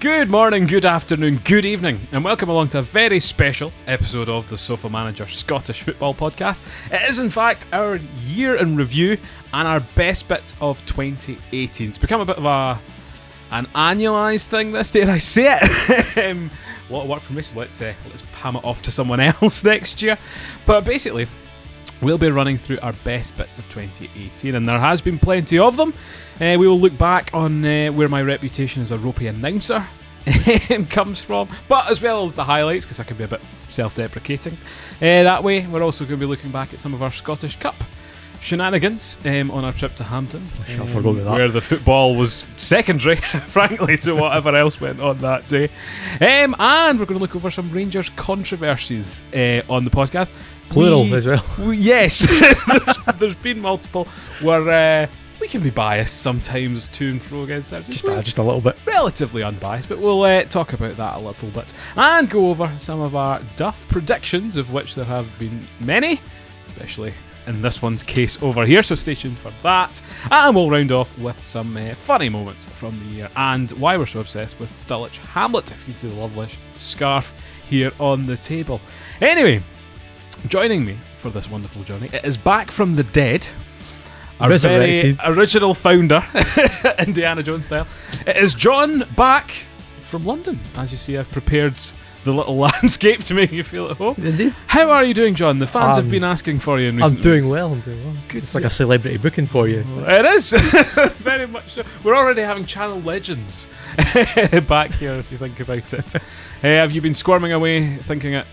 Good morning, good afternoon, good evening, and welcome along to a very special episode of the Sofa Manager Scottish Football Podcast. It is, in fact, our year in review and our best bits of 2018. It's become a bit of a an annualised thing this, dare I say it? um, a lot of work for me, so let's, uh, let's palm it off to someone else next year. But basically, We'll be running through our best bits of 2018, and there has been plenty of them. Uh, we will look back on uh, where my reputation as a ropey announcer um, comes from, but as well as the highlights, because I can be a bit self deprecating. Uh, that way, we're also going to be looking back at some of our Scottish Cup shenanigans um, on our trip to Hampton. shall um, forego that. Where the football was secondary, frankly, to whatever else went on that day. Um, and we're going to look over some Rangers controversies uh, on the podcast. Plural We- as well. well, yes, there's, there's been multiple where uh, we can be biased sometimes to and fro against that. Just, uh, just a little bit. relatively unbiased, but we'll uh, talk about that a little bit and go over some of our Duff predictions, of which there have been many, especially in this one's case over here. So stay tuned for that, and we'll round off with some uh, funny moments from the year and why we're so obsessed with Dulwich Hamlet. If you can see the lovely scarf here on the table. Anyway, joining me for this wonderful journey, it is back from the dead. Our very Resurrected. original founder, Indiana Jones style. It is John back from London. As you see, I've prepared the little landscape to make you feel at home. Indeed. How are you doing, John? The fans have Um, been asking for you in I'm recent doing weeks. well. I'm doing well. Good it's to- like a celebrity booking for you. It is very much so. We're already having channel legends back here if you think about it. Hey, have you been squirming away thinking at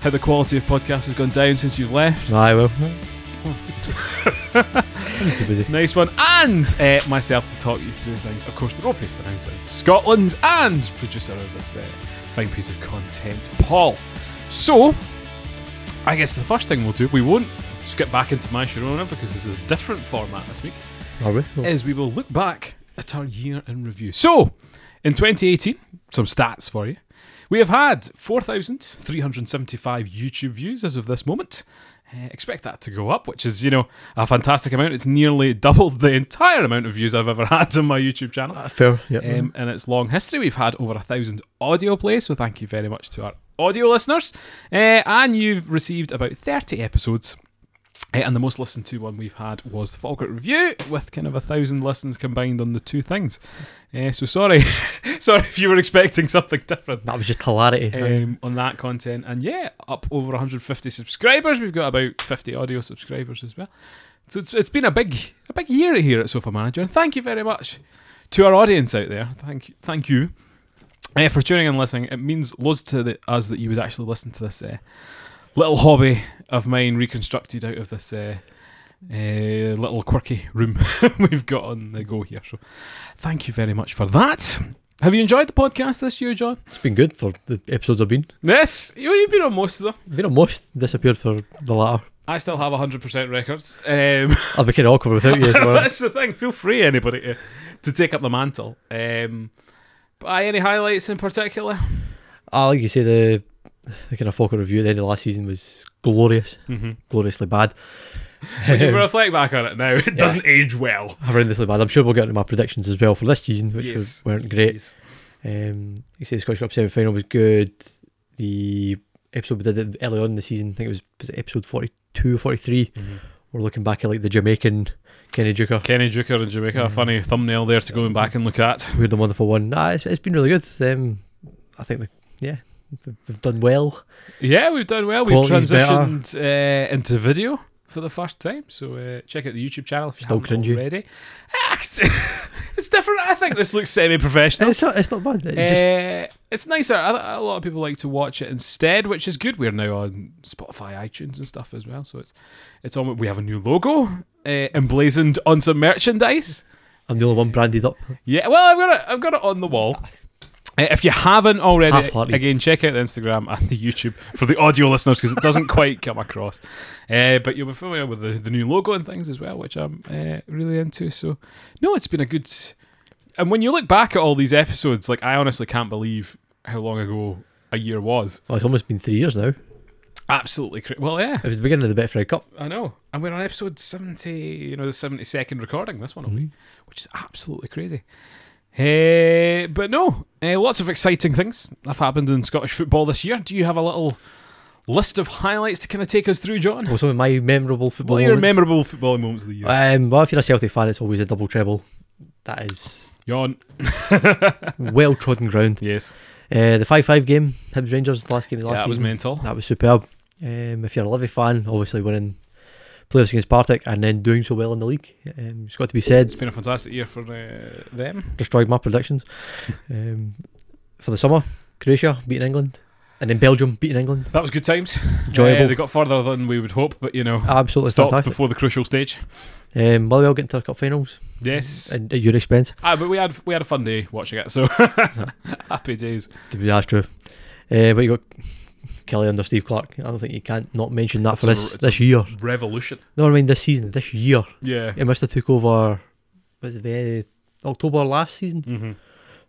how the quality of podcast has gone down since you've left? I will. I'm too busy. Nice one. And uh, myself to talk you through things. Of course, the Ropeist announcer in Scotland and producer of this uh, fine piece of content, Paul. So, I guess the first thing we'll do, we won't skip back into my Sharona because this is a different format this week, Are we? Well, is we will look back at our year in review. So, in 2018, some stats for you. We have had 4,375 YouTube views as of this moment. Uh, expect that to go up, which is, you know, a fantastic amount. It's nearly double the entire amount of views I've ever had on my YouTube channel. uh, fair. Yep. Um, in its long history, we've had over a thousand audio plays, so thank you very much to our audio listeners. Uh, and you've received about 30 episodes. Uh, and the most listened to one we've had was the Falkirk Review, with kind of a thousand listens combined on the two things. Uh, so sorry, sorry if you were expecting something different that was just hilarity. um, on that content. And yeah, up over 150 subscribers. We've got about 50 audio subscribers as well. So it's, it's been a big a big year here at Sofa Manager. And thank you very much to our audience out there. Thank you, thank you uh, for tuning and listening. It means loads to the, us that you would actually listen to this uh, little hobby of mine reconstructed out of this. Uh, uh, little quirky room we've got on the go here. So, thank you very much for that. Have you enjoyed the podcast this year, John? it's been good for the episodes I've been. Yes, you, you've been on most of them. Been almost disappeared for the latter. I still have 100% records. Um, I'll be kind of awkward without you. As well. that's the thing. Feel free, anybody, to, to take up the mantle. Um, but aye, any highlights in particular? Ah, like you say, the the kind of Falkirk review at the end of last season was glorious, Mm-hmm. gloriously bad. If you Um, reflect back on it now, it doesn't age well. horrendously bad. I'm sure we'll get into my predictions as well for this season, which Yes. were- weren't great. Um, you say the Scottish Cup semi final was good. The episode we did early on in the season, I think it was, was it episode 42, 43. We're looking back at like the Jamaican Kenny Duker. Mm-hmm. Kenny Juker in Jamaica, Mm-hmm. a funny thumbnail there to go back and look at. Weird and wonderful one. Nah, it's, it's been really good. Um, I think, the, yeah, we've- we've done well. Yeah, we've done well. We've Quality's better. transitioned uh, into video for the first time. So uh, check out the YouTube channel if you Still haven't cringy. already. Ah, it's different. I think this looks semi-professional. It's not, it's not bad. It just, Uh, it's nicer. A, a lot of people like to watch it instead, which is good. We're now on Spotify, iTunes, and stuff as well. So it's it's on. We have a new logo uh, emblazoned on some merchandise. I'm the only one branded up. Ah, Yeah, well, I've got it. I've got it on the wall. Uh, if you haven't already, Half-hearted. again, check out the Instagram and the YouTube for the audio listeners because it doesn't quite come across. Uh, but you'll be familiar with the, the new logo and things as well, which I'm uh, really into. So, no, it's been a good. And when you look back at all these episodes, like I honestly can't believe how long ago a year was. Well, it's almost been three years now. It Absolutely, cra- well, yeah, was the beginning of the Betfred Cup. I know. And we're on Mm-hmm. episode seventy, you know, the seventy-second recording. This one will be, which is absolutely crazy. Eh, but no, eh, lots of exciting things have happened in Scottish football this year. Do you have a little list of highlights to kind of take us through, John? Well, some of my memorable football. What are your moments- memorable footballing moments of the year? Um, well, if you're a Celtic fan, it's always a double treble. That is John, well trodden ground. yes, Uh, the five-five game, Hibs Rangers, the last game of the yeah, last that was season. mental. That was superb. Um, if you're a Livy fan, obviously winning players against Partick and then doing so well in the league, um, it's got to be said. It's been a fantastic year for uh, them. Destroyed my predictions um, for the summer. Croatia beating England, and then Belgium beating England. That was good times. Enjoyable. Eh, they got further than we would hope, but you know, Absolutely stopped fantastic. before the crucial stage. Um, Motherwell getting to the cup finals Yes. at, at your expense. Ah, but we had we had a fun day watching it, so happy days. To be that's true. Uh, but you got Kelly under Steve Clark. I don't think you can't not mention that for It's a- this it's this a- year. Revolution. No, I mean this season, this year. Yeah. It must have took over. Was it the uh, October last season? Mm-hmm.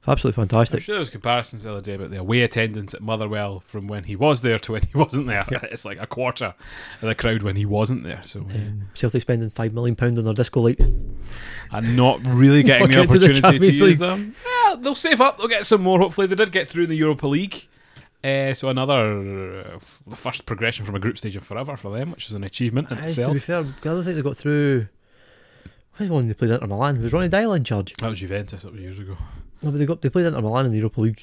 Absolutely fantastic. I'm sure there was comparisons the other day about the away attendance at Motherwell from when he was there to when he wasn't there. It's like a quarter of the crowd when he wasn't there. So yeah. Um, Celtic spending five million pound on their disco lights. uh, and not really getting the Not getting to the opportunity to, Champions use League. them. Well, they'll save up. They'll get some more. Hopefully, they did get through the Europa League. Uh, so another uh, the first progression from a group stage in forever for them, which is an achievement in Aye, to be itself. fair, I don't think they got through. Who's the one they played Inter Milan? Was Ronnie Dyle in charge? That was Juventus. That was years ago. No, but they got they played Inter Milan in the Europa League.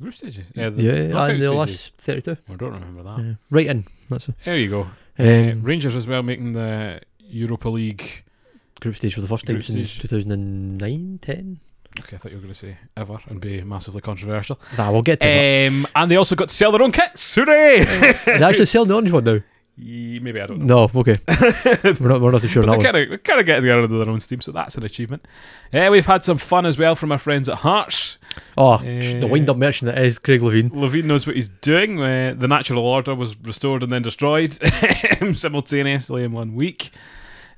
Group stages. Yeah. The yeah, knockout and the stages. Ah. last thirty-two. I don't remember that. Yeah. Right in. That's it. There you go. Uh, Um, Rangers as well making the Europa League. group stage for the first time group since stage. 2009, 10. Okay, I thought you were going to say ever and be massively controversial. Nah, we'll get to that. Um, and they also got to sell their own kits. Hooray! They actually sell the orange one now. Ye- Maybe I don't know. No, okay. we're not. We're not too sure on But they're that one. kind, of, they're kind of getting together under their own steam, so that's an achievement. Uh, we've had some fun as well from our friends at Hearts. Oh, Uh, the wind-up merchant that is Craig Levine. Levine knows what he's doing. Uh, the natural order was restored and then destroyed simultaneously in one week.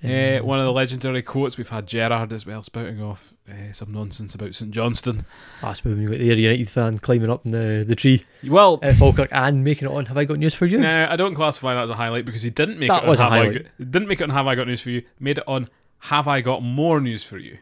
Uh, one of the legendary quotes we've had Gerard as well spouting off uh, some nonsense about St Johnston. That's when we got the Air United fan climbing up in the, the tree Well, at Falkirk and making it on. Have I got news for you? No, I don't classify that as a highlight because he didn't make That it. was a on Have I highlight. Got- didn't make it on Have I Got News for You? Made it on Have I Got More News for You?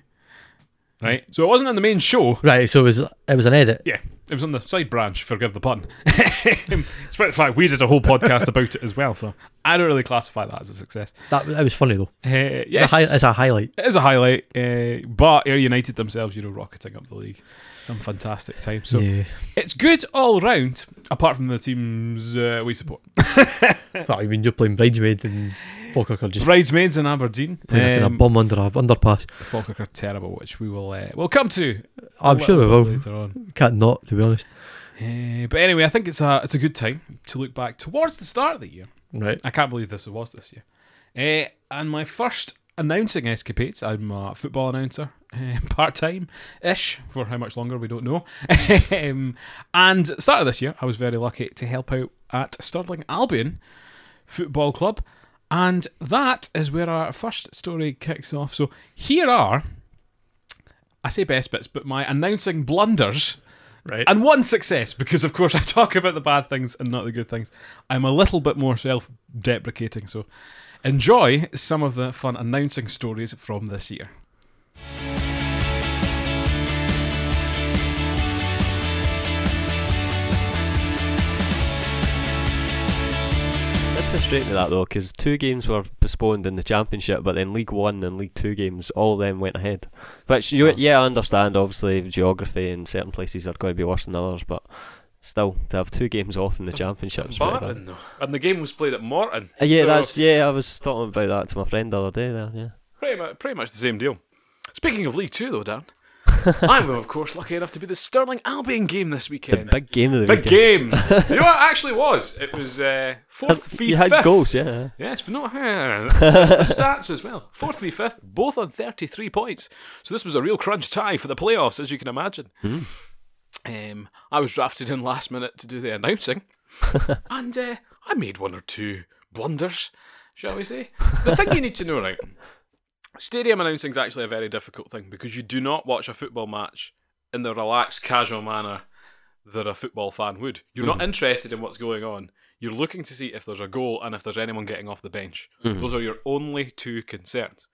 Right. So it wasn't on the main show. Right, so it was it was an edit. Yeah, it was on the side branch. Forgive the pun. Despite the fact we did a whole podcast about it as well, so I don't really classify that as a success. That that was funny though. Uh, yes, It's, a, hi- it's a highlight. it is a highlight. Uh, but Air United themselves, you know, rocketing up the league. Some fantastic time. So yeah. it's good all round, apart from the teams uh, we support. Well, I mean, you're playing bridesmaid and Falkirk are just Bridesmaids in Aberdeen. playing up in Um, a bum under a underpass. Falkirk are terrible, which we will uh, we'll come to. I'm a sure we little will. bit later on. Can't not, to be honest. Uh, but anyway, I think it's a it's a good time to look back towards the start of the year. Right. I can't believe this was this year. Uh, and my first announcing escapades. I'm a football announcer, part time ish for how much longer we don't know. um, and start of this year, I was very lucky to help out at Stirling Albion Football Club. And that is where our first story kicks off. So here are, I say best bits, but my announcing blunders Right. and one success because of course I talk about the bad things and not the good things. I'm a little bit more self-deprecating, so enjoy some of the fun announcing stories from this year. did frustrate me that though, because two games were postponed in the championship, but then League One and League Two games, all of them went ahead. Which you, Yeah. yeah, I understand. Obviously, geography in certain places are going to be worse than others, but still, to have two games off in the championship is pretty bad. though, and the game was played at Morton. Uh, yeah, So, that's yeah. I was talking about that to my friend the other day. There, yeah. pretty much, pretty much the same deal. Speaking of League Two, though, Dan, I'm of course lucky enough to be the Sterling Albion game this The weekend. big game of the Big weekend. game. you know what? It actually was. It was uh, fourth, fifth. You had fifth. goals, yeah. Yes, for not the stats as well. Fourth, three, fifth, both on thirty-three points. So this was a real crunch tie for the playoffs, as you can imagine. Um, I was drafted in last minute to do the announcing, and uh, I made one or two blunders, shall we say? The thing you need to know, right? Stadium announcing is actually a very difficult thing because you do not watch a football match in the relaxed, casual manner that a football fan would. You're not interested in what's going on. You're looking to see if there's a goal and if there's anyone getting off the bench. Those are your only two concerns.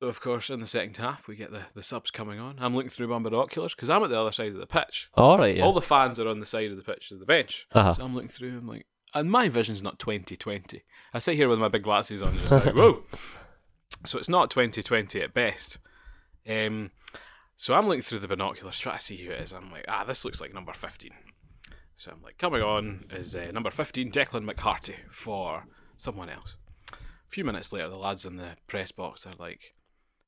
So, of course, in the second half, we get the, the subs coming on. I'm looking through my binoculars because I'm at the other side of the pitch. All right, yeah. All the fans are on the side of the pitch of the bench. Uh-huh. So I'm looking through, I'm like, and my vision's not 2020. I sit here with my big glasses on, just like, whoa. So it's not 2020 at best. Um, so I'm looking through the binoculars, trying to see who it is. I'm like, ah, this looks like number 15. So I'm like, coming on is uh, number 15, Declan McCarty, for someone else. A few minutes later, the lads in the press box are like,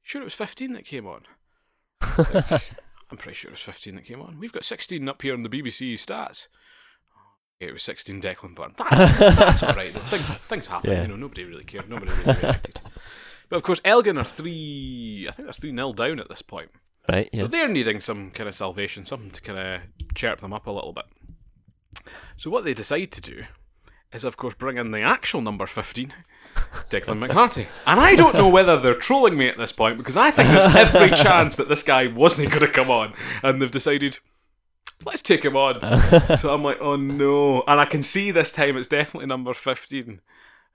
sure it was 15 that came on? Like, I'm pretty sure it was 15 that came on. We've got 16 up here on the BBC stats. It was 16 Declan Byrne. That's, that's all right. though. Things, things happen. Yeah. You know, nobody really cared. Nobody really reacted. But of course, Elgin are three. I think they're three 0 down at this point. Right, yeah. So they're needing some kind of salvation, something to kind of chirp them up a little bit. So what they decide to do is, of course, bring in the actual number 15, Declan McCarty. And I don't know whether they're trolling me at this point because I think there's every chance that this guy wasn't going to come on. And they've decided, let's take him on. so I'm like, oh no. And I can see this time it's definitely number 15.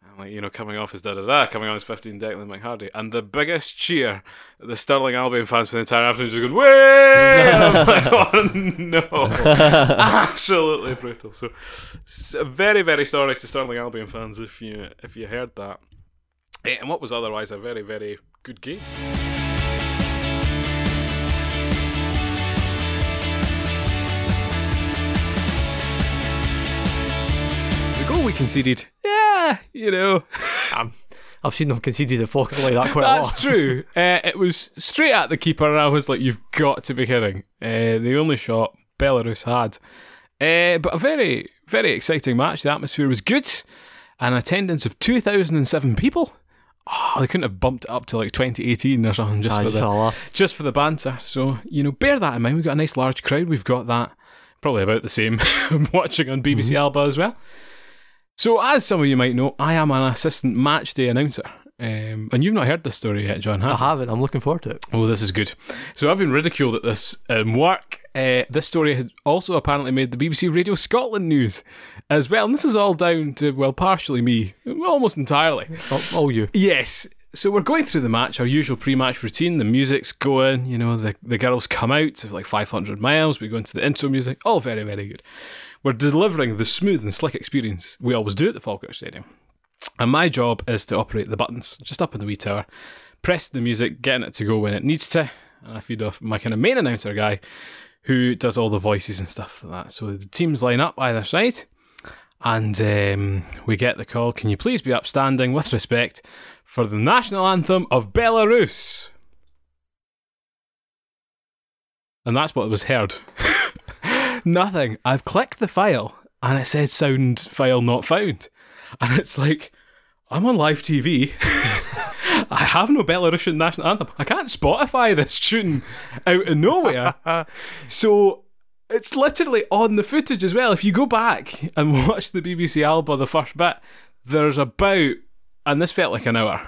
I'm like, you know, coming off as da da da, coming on as 15 Declan McHardy. And the biggest cheer, the Sterling Albion fans for the entire afternoon just going, way! And I'm like, oh no. Absolutely brutal. So, s- very, very sorry to Sterling Albion fans if you if you heard that. Eh, And what was otherwise a very, very good game. The goal we conceded, yeah, you know, I've seen them conceded the fucking like that quite a lot. That's true. Uh, it was straight at the keeper, and I was like, "You've got to be kidding!" Uh, the only shot Belarus had, uh, but a very, very exciting match. The atmosphere was good. An attendance of two thousand and seven people. Oh, they couldn't have bumped it up to like twenty eighteen or something just I for just the had a laugh. just for the banter. So you know, bear that in mind. We've got a nice large crowd. We've got that probably about the same watching on BBC Alba as well. So as some of you might know, I am an assistant match day announcer. Um, and you've not heard this story yet, John, I have haven't. I'm looking forward to it. Oh, this is good. So I've been ridiculed at this um, work. Uh, this story had also apparently made the BBC Radio Scotland news as well. And this is all down to, well, partially me, almost entirely. Oh, oh you. Yes. So we're going through the match, our usual pre-match routine. The music's going, you know, the, the girls come out, it's like 500 miles. We go into the intro music, all very, very good. We're delivering the smooth and slick experience we always do at the Falkirk Stadium. And my job is to operate the buttons, just up in the wee tower, press the music, getting it to go when it needs to. And I feed off my kind of main announcer guy who does all the voices and stuff like that. So the teams line up either side. And um, we get the call. Can you please be upstanding with respect for the national anthem of Belarus? And that's what was heard. Nothing. I've clicked the file and it said sound file not found. And it's like, I'm on live TV. I have no Belarusian national anthem. I can't Spotify this tune out of nowhere. So it's literally on the footage as well. If you go back and watch the BBC Alba the first bit, there's about and this felt like an hour.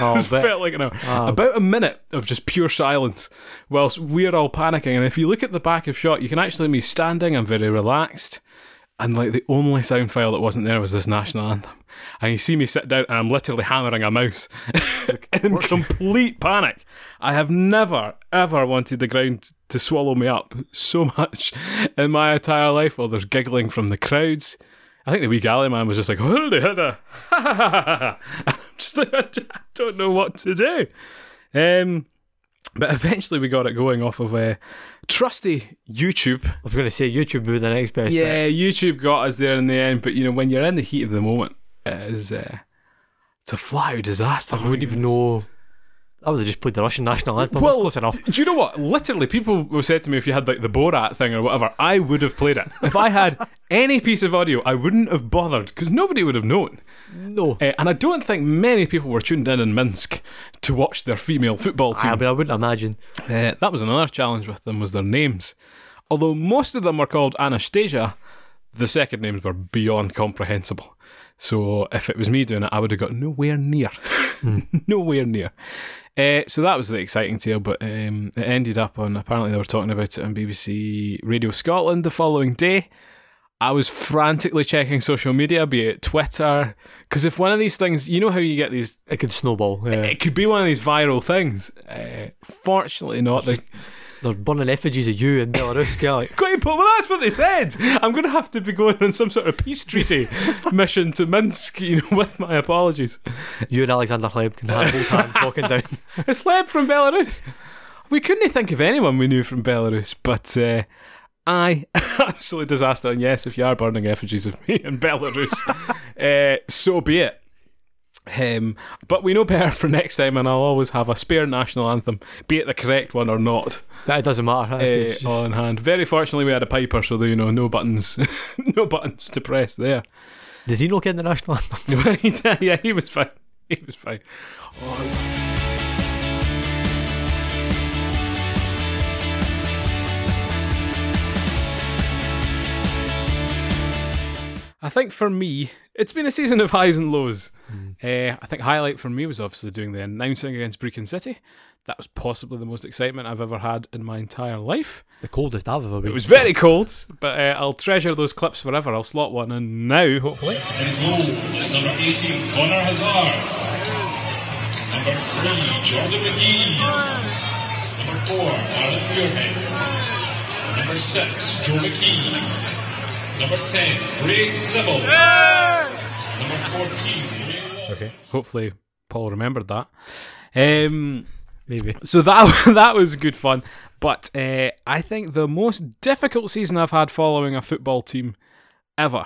Oh, this I bet. felt like an hour. About a minute of just pure silence, whilst we're all panicking. And if you look at the back of shot, you can actually me standing. I'm very relaxed, and like the only sound file that wasn't there was this national anthem. And you see me sit down, and I'm literally hammering a mouse in complete panic. I have never ever wanted the ground to swallow me up so much in my entire life. Well, there's giggling from the crowds. I think the wee galley man was just like, holy hada. I'm just like, I d- I don't know what to do. Um, but eventually we got it going off of a trusty YouTube. I was going to say YouTube would be the next best. bet. Yeah, YouTube got us there in the end. But you know, when you're in the heat of the moment, it is, uh, it's a flat out disaster. I wouldn't even know. I would have just played the Russian national anthem. Well, Well- close enough. Do you know what? Literally, people have said to me if you had like the Borat thing or whatever, I would have played it. If I had any piece of audio, I wouldn't have bothered because nobody would have known. No. Uh, and I don't think many people were tuned in in Minsk to watch their female football I team. mean, I wouldn't imagine. Uh, that was another challenge with them was their names. Although most of them were called Anastasia, the second names were beyond comprehensible. So if it was me doing it, I would have got nowhere near, nowhere near. Uh, so that was the exciting tale, but um, it ended up on apparently they were talking about it on BBC Radio Scotland the following day, I was frantically checking social media, be it Twitter, because if one of these things, you know how you get these, It could snowball. Uh, Yeah. it could be one of these viral things. Uh, fortunately, not. They, They're burning effigies of you in Belarus. yeah, like, Great, but well, that's what they said. I'm going to have to be going on some sort of peace treaty mission to Minsk. You know, with my apologies. you and Alexander Hleb can have both hands walking down. It's Leb from Belarus. We couldn't think of anyone we knew from Belarus, but uh, I absolute disaster. And yes, if you are burning effigies of me in Belarus, uh, so be it. Um, but we know better for next time, and I'll always have a spare national anthem, be it the correct one or not, That doesn't matter. uh, That's just- on hand. Very fortunately, we had a piper, so you know, no buttons, no buttons to press there. Did he not get the national anthem? yeah, he was fine. He was fine. Oh, it was I think for me, it's been a season of highs and lows. Uh, I think highlight for me was obviously doing the announcing against Brecon City. That was possibly the most excitement I've ever had in my entire life. The coldest I've ever been. It was very cold, but uh, I'll treasure those clips forever. I'll slot one in now, hopefully. In goal is number 18, Connor Hazard. Number 3, Jordan McGee. Number 4, Alan Muirhead. Number 6, Joe McKee. Number 10, Craig Sybil. Number 14, Ray Law. Okay, Hopefully, Paul remembered that. Um, maybe. so that that was good fun. But uh, I think the most difficult season I've had following a football team ever.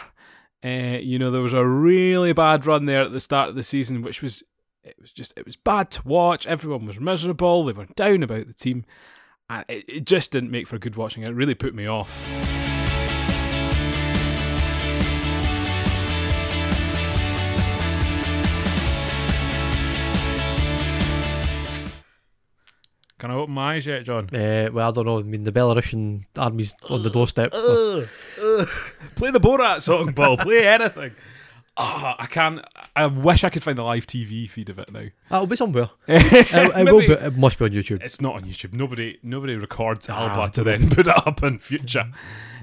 Uh, you know, there was a really bad run there at the start of the season, which was it was just it was bad to watch. Everyone was miserable. They were down about the team, and it, it just didn't make for good watching. It really put me off. Can I open my eyes yet, John? Uh, well, I don't know. I mean, the Belarusian army's on the doorstep. so- Uh, play the Borat song, Paul. Play anything. Ah, I can. I wish I could find the live TV feed of it now. Oh, That'll be somewhere. it, it will be, Maybe- it must be on YouTube. It's not on YouTube. Nobody, nobody records Alba Ah. to then put it up in future.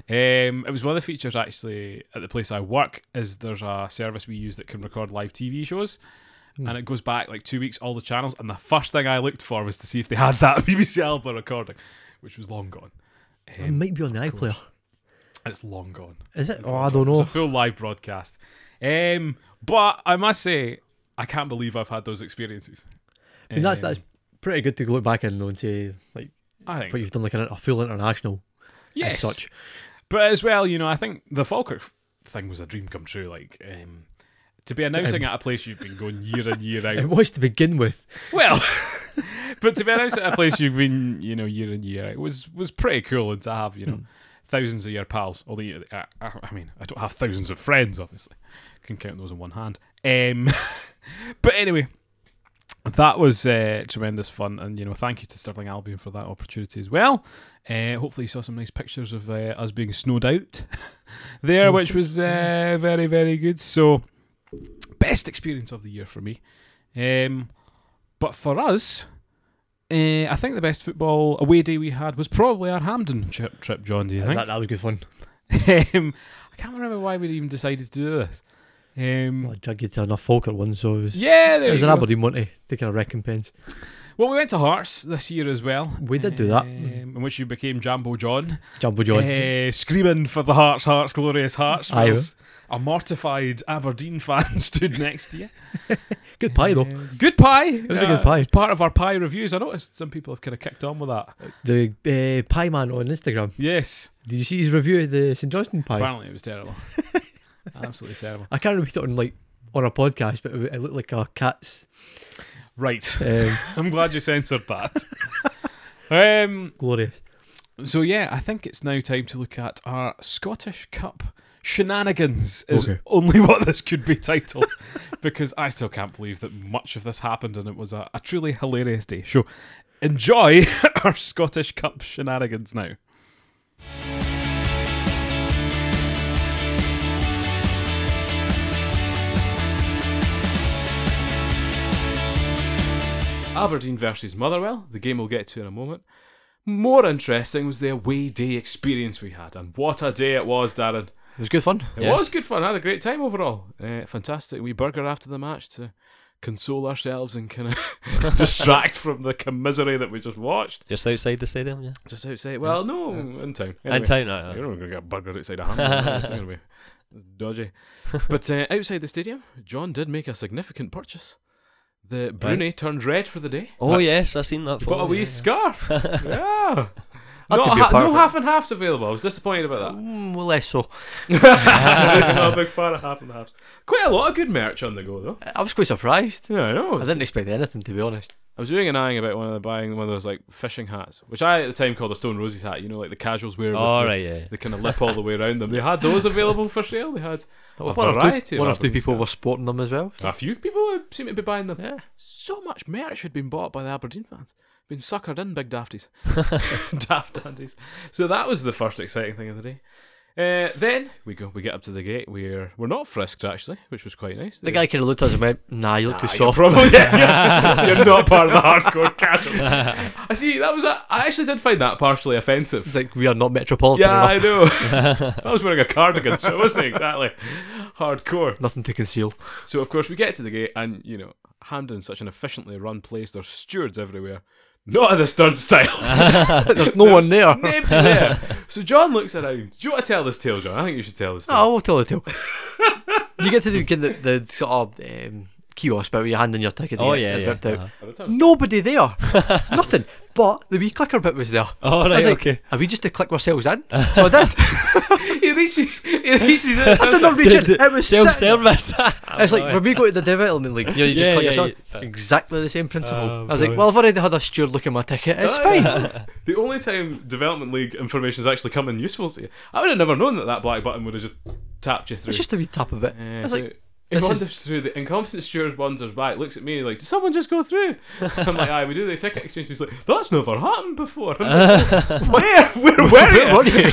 Um, it was one of the features actually at the place I work. Is there's a service we use that can record live TV shows, and it goes back like two weeks, all the channels. And the first thing I looked for was to see if they had that BBC Alba recording, which was long gone. It might be on the iPlayer. It's long gone. Is it? It's Oh, long I don't gone. It was know. a full live broadcast. Um, but I must say, I can't believe I've had those experiences. I mean, that's Um, that's pretty good to look back and though and say like I think what so. you've done like an, a full international yes. as such. But as well, you know, I think the Falkirk thing was a dream come true. Like um, to be Um, announcing at a place you've been going year in year It out. was to begin with. Well, but to be announced at a place you've been, you know, year in year out was was pretty cool, and to have you know Hmm. thousands of your pals. Although you- I, I I mean, I don't have thousands of friends, obviously, can count those on one hand. Um, but anyway. That was uh, tremendous fun, and you know, thank you to Sterling Albion for that opportunity as well. Uh, hopefully, you saw some nice pictures of uh, us being snowed out there, Mm. which was uh, very, very good. So, best experience of the year for me. Um, but for us, uh, I think the best football away day we had was probably our Hampden trip, trip John. Do you think? Uh, That, that was good fun. um, I can't remember why we even decided to do this. Um, Well, I dragged you to enough Falkirk one, so it was, yeah, there it was you an go. Aberdeen one to, to kind of recompense. Well, we went to Hearts this year as well. We did do that. Um, in which you became Jambo John, Jumbo John. Uh, screaming for the Hearts, Hearts, glorious Hearts. Aye. whilst A mortified Aberdeen fan stood next to you. good pie though. Um, good pie. It was a good pie. Part of our pie reviews. I noticed some people have kind of kicked on with that. The uh, pie man on Instagram. Yes. Did you see his review of the St Johnston pie? Apparently, it was terrible. Absolutely terrible. I can't repeat it on like on a podcast, but it, it looked like a cat's Right. um, I'm glad you censored that. um, glorious. so yeah, I think it's now time to look at our Scottish Cup shenanigans. Is Okay. only what this could be titled, because I still can't believe that much of this happened, and it was a, a truly hilarious day. So enjoy our Scottish Cup shenanigans now. Aberdeen versus Motherwell, the game we'll get to in a moment. More interesting was the away day experience we had, and what a day it was, Darren. It was good fun. It Yes. was good fun. I had a great time overall. Uh, fantastic wee burger after the match to console ourselves and kind of distract from the commisery that we just watched. Just outside the stadium, yeah. Just outside. Well, no, in town. In Anyway, town, aye, aye. You're not going to get a burger outside a hamburger. it's going to be it's dodgy. But uh, outside the stadium, John did make a significant purchase. The Bruni turned red for the day. Oh yes, I seen that. Got photo, a wee Oh, yeah. scarf. yeah. Had Not to a be a ha- part no of it. half and halves available. I was disappointed about that. Mm, well, less so. Not a big fan of half and halves. Quite a lot of good merch on the go though. I was quite surprised. Yeah, I I know. didn't expect anything, to be honest. I was doing an eyeing about one of the buying one of those like fishing hats, which I at the time called a Stone Roses hat. You know, like the casuals wear. with All the, right, yeah. The kind of lip all the way around them. They had those available for sale. They had a one or variety. two, one or of two Appleton's people were hats. sporting them as well. A few people seem to be buying them. Yeah. So much merch had been bought by the Aberdeen fans. Been suckered in, big dafties. Daft dandies. So that was the first exciting thing of the day. Uh, then we go. We get up to the gate. We're we're not frisked actually, which was quite nice. The guy kind of looked at us and went, "Nah, you look too Ah, soft." You're, probably, you're not part of the hardcore casuals. I see. That was. A, I actually did find that partially offensive. It's like we are not metropolitan Yeah, I enough. know. I was wearing a cardigan, so it wasn't exactly hardcore. Nothing to conceal. So of course we get to the gate, and you know Hamden's such an efficiently run place. There's stewards everywhere. Not at the stud style. There's no one there. No, Nibs there. So John looks around. Do you want to tell this tale, John? I think you should tell this tale. Oh, I will tell the tale. you get to the, get the, the sort of um, kiosk bit where you hand in your ticket. and Oh you get yeah, it yeah. ripped out. uh-huh. By the time- Nobody there. Nothing. But the wee clicker bit was there. All I was Oh, right, like, okay. Are we just to click ourselves in? So I did. he reaches. He reaches. in. I did not reach in. It was sitting- self-service. It's like when we go to the development league, you know, you just Oh, Yeah, click yeah, yourself. yeah. Exactly the same principle. Oh, I was like, brilliant. Oh, well, I've already had a steward look at my ticket. It's fine. The only time development league information has actually come in useful to you, I would have never known that that black button would have just tapped you through. It's just a wee tap of it. Yeah, I was so like, it this is- wanders through the incompetent steward wanders back, looks at me like, Did someone just go through? I'm like, aye, we do the ticket exchange. He's like, That's never happened before. I'm like, where? Where Where were were you?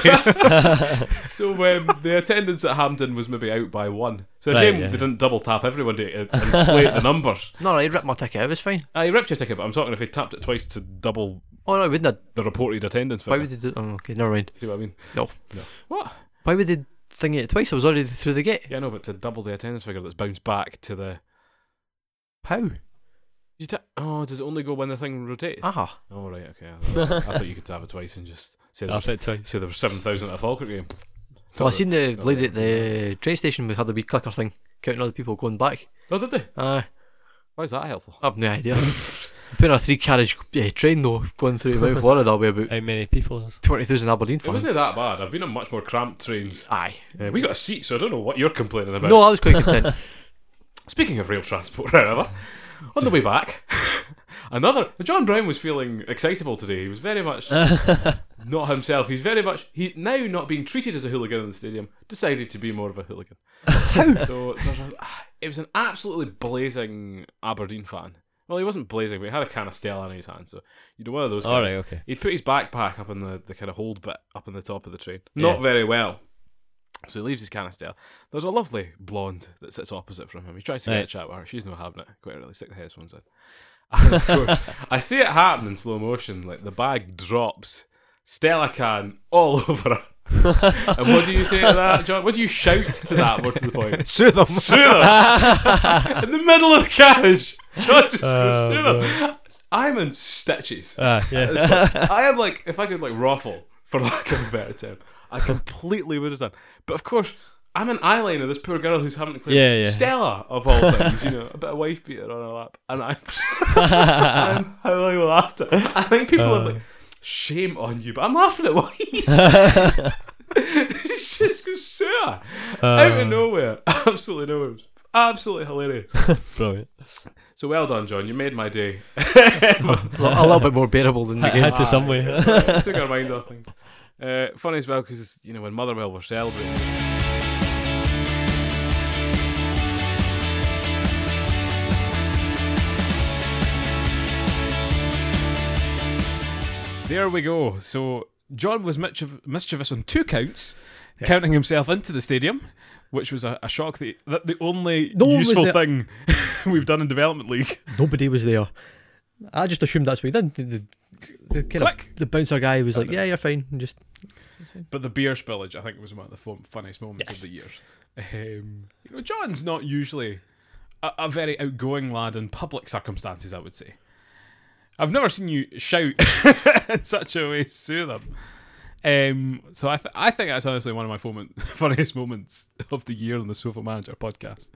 you? So um, the attendance at Hampden was maybe out by one. So a Right, shame yeah. they didn't double tap everyone to uh, inflate the numbers. no, no, he ripped my ticket. It was fine. I ripped your ticket, but I'm talking if he tapped it twice to double Oh no, he wouldn't. Have. the reported attendance. Why Figure. would he do? Oh, okay, never mind. See what I mean? No. No. What? Why would they thing it twice? I was already through the gate. Yeah, no, but to double the attendance figure that's bounced back to the. How? You ta- oh, does it only go when the thing rotates? Ah, Oh right, okay. I thought, I thought you could tap it twice and just say there was, I've hit twice. say there were seven thousand at a Falkirk game. well, I seen the not really. lady at the train station. We had a wee clicker thing, counting other people going back. Oh, did they? Uh, Why is that helpful? I have no idea. Putting a three carriage uh, train though, going through Mount Florida, that'll be about How many people? Is... twenty thousand Aberdeen It fans. wasn't that bad. I've been on much more cramped trains. Aye. Uh, we got a seat, so I don't know what you're complaining about. No, I was quite content. Speaking of rail transport, however, on the way back, another John Brown was feeling excitable today. He was very much not himself. He's very much he's now not being treated as a hooligan in the stadium. Decided to be more of a hooligan. so there's a, it was an absolutely blazing Aberdeen fan. Well, he wasn't blazing, but he had a can of Stella in his hand. So you know, one of those. All guys. right, okay. He'd put his backpack up in the, the kind of hold bit up in the top of the train. Not very well. So he leaves his canister. There's a lovely blonde that sits opposite from him. He tries to get a Right. chat with her. She's not having it. Quite really stick the headphones in. And of course, I see it happen in slow motion. Like the bag drops, Stella can all over her. and what do you say to that, John? What do you shout to that? More to the point. Soothe them. Sue them! in the middle of the carriage. John just goes, "Sue them!" I'm in stitches. Ah, yeah. I am like, if I could like ruffle, for lack of a better term, I completely would have done. But of course, I'm an eyeliner. This poor girl who's having to clear Yeah, yeah. Stella of all things, you know, a bit of wife beater on her lap, and I'm, I'm howling with laughter. I think people are like, shame on you, but I'm laughing at what he's. It's just goes sure out Uh. of nowhere, absolutely nowhere, absolutely hilarious. Brilliant. So well done, John. You made my day. a little bit more bearable than the I game. had to somewhere. It took our mind off things. Uh, funny as well because you know when Motherwell were celebrating. There we go. So John was mischiev- mischievous on two counts, counting himself into the stadium, which was a, a shock. That, that the only No one was useful there. thing we've done in development league. Nobody was there. I just assumed that's what he did. The, the, the, kind Click. of, the bouncer guy was like, "Yeah, you're fine," and just But the beer spillage, I think, was one of the fun, funniest moments of Yes. the years. Um, you know, John's not usually a, a very outgoing lad in public circumstances. I would say. I've never seen you shout in such a way, sue them. Um, so I, th- I think that's honestly one of my fomen- funniest moments of the year on the Sofa Manager podcast.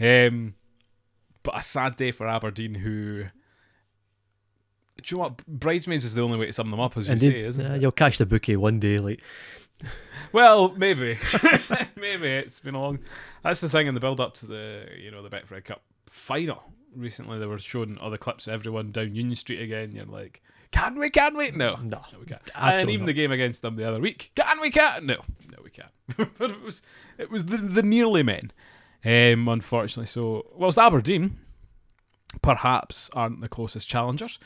Um, but a sad day for Aberdeen, who. Do you know what? Bridesmaids is the only way to sum them up, as you Indeed. say, isn't Nah, it? You'll catch the bouquet one day. Like Well, maybe, maybe it's been a long. That's the thing in the build up to the you know the Betfred Cup final recently. They were showing other clips of everyone down Union Street again. You're like, can we? Can we? No, no, no, we can't. and absolutely even not. the game against them the other week, can we? Can't? No, no, we can't. but it was it was the the nearly men, um, unfortunately. So whilst Aberdeen perhaps aren't the closest challengers,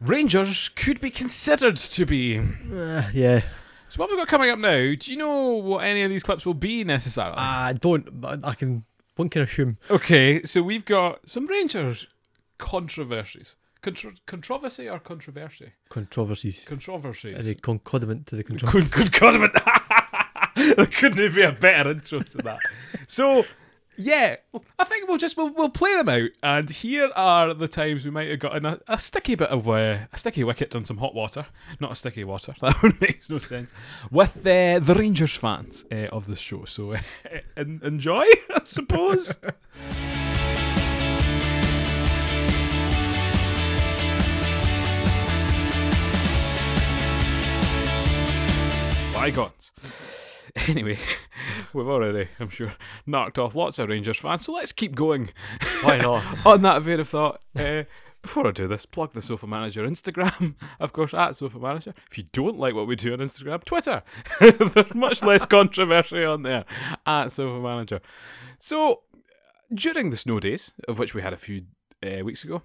Rangers could be considered to be. Uh, yeah, So what we've got coming up now, do you know what any of these clips will be necessarily? I don't. But I can. One can assume. okay, so we've got some Rangers controversies. Contro- controversy or controversy? Controversies. As Controversies. a concordament to the controversy. Good, good God, but there couldn't even be a better intro to that. so, yeah, I think we'll just we'll, we'll play them out, and here are the times we might have gotten a, a sticky bit of uh, a sticky wicket on some hot water, not a sticky water. That one makes no sense. With uh, the Rangers fans uh, of the show, so uh, en- enjoy, I suppose. bygones. Anyway, we've already, I'm sure, knocked off lots of Rangers fans, so let's keep going Why not? on that vein of thought. Uh, before I do this, plug the Sofa Manager Instagram, of course, at Sofa Manager. If you don't like what we do on Instagram, Twitter. There's much less controversy on there, at Sofa Manager. So, during the snow days, of which we had a few uh, weeks ago,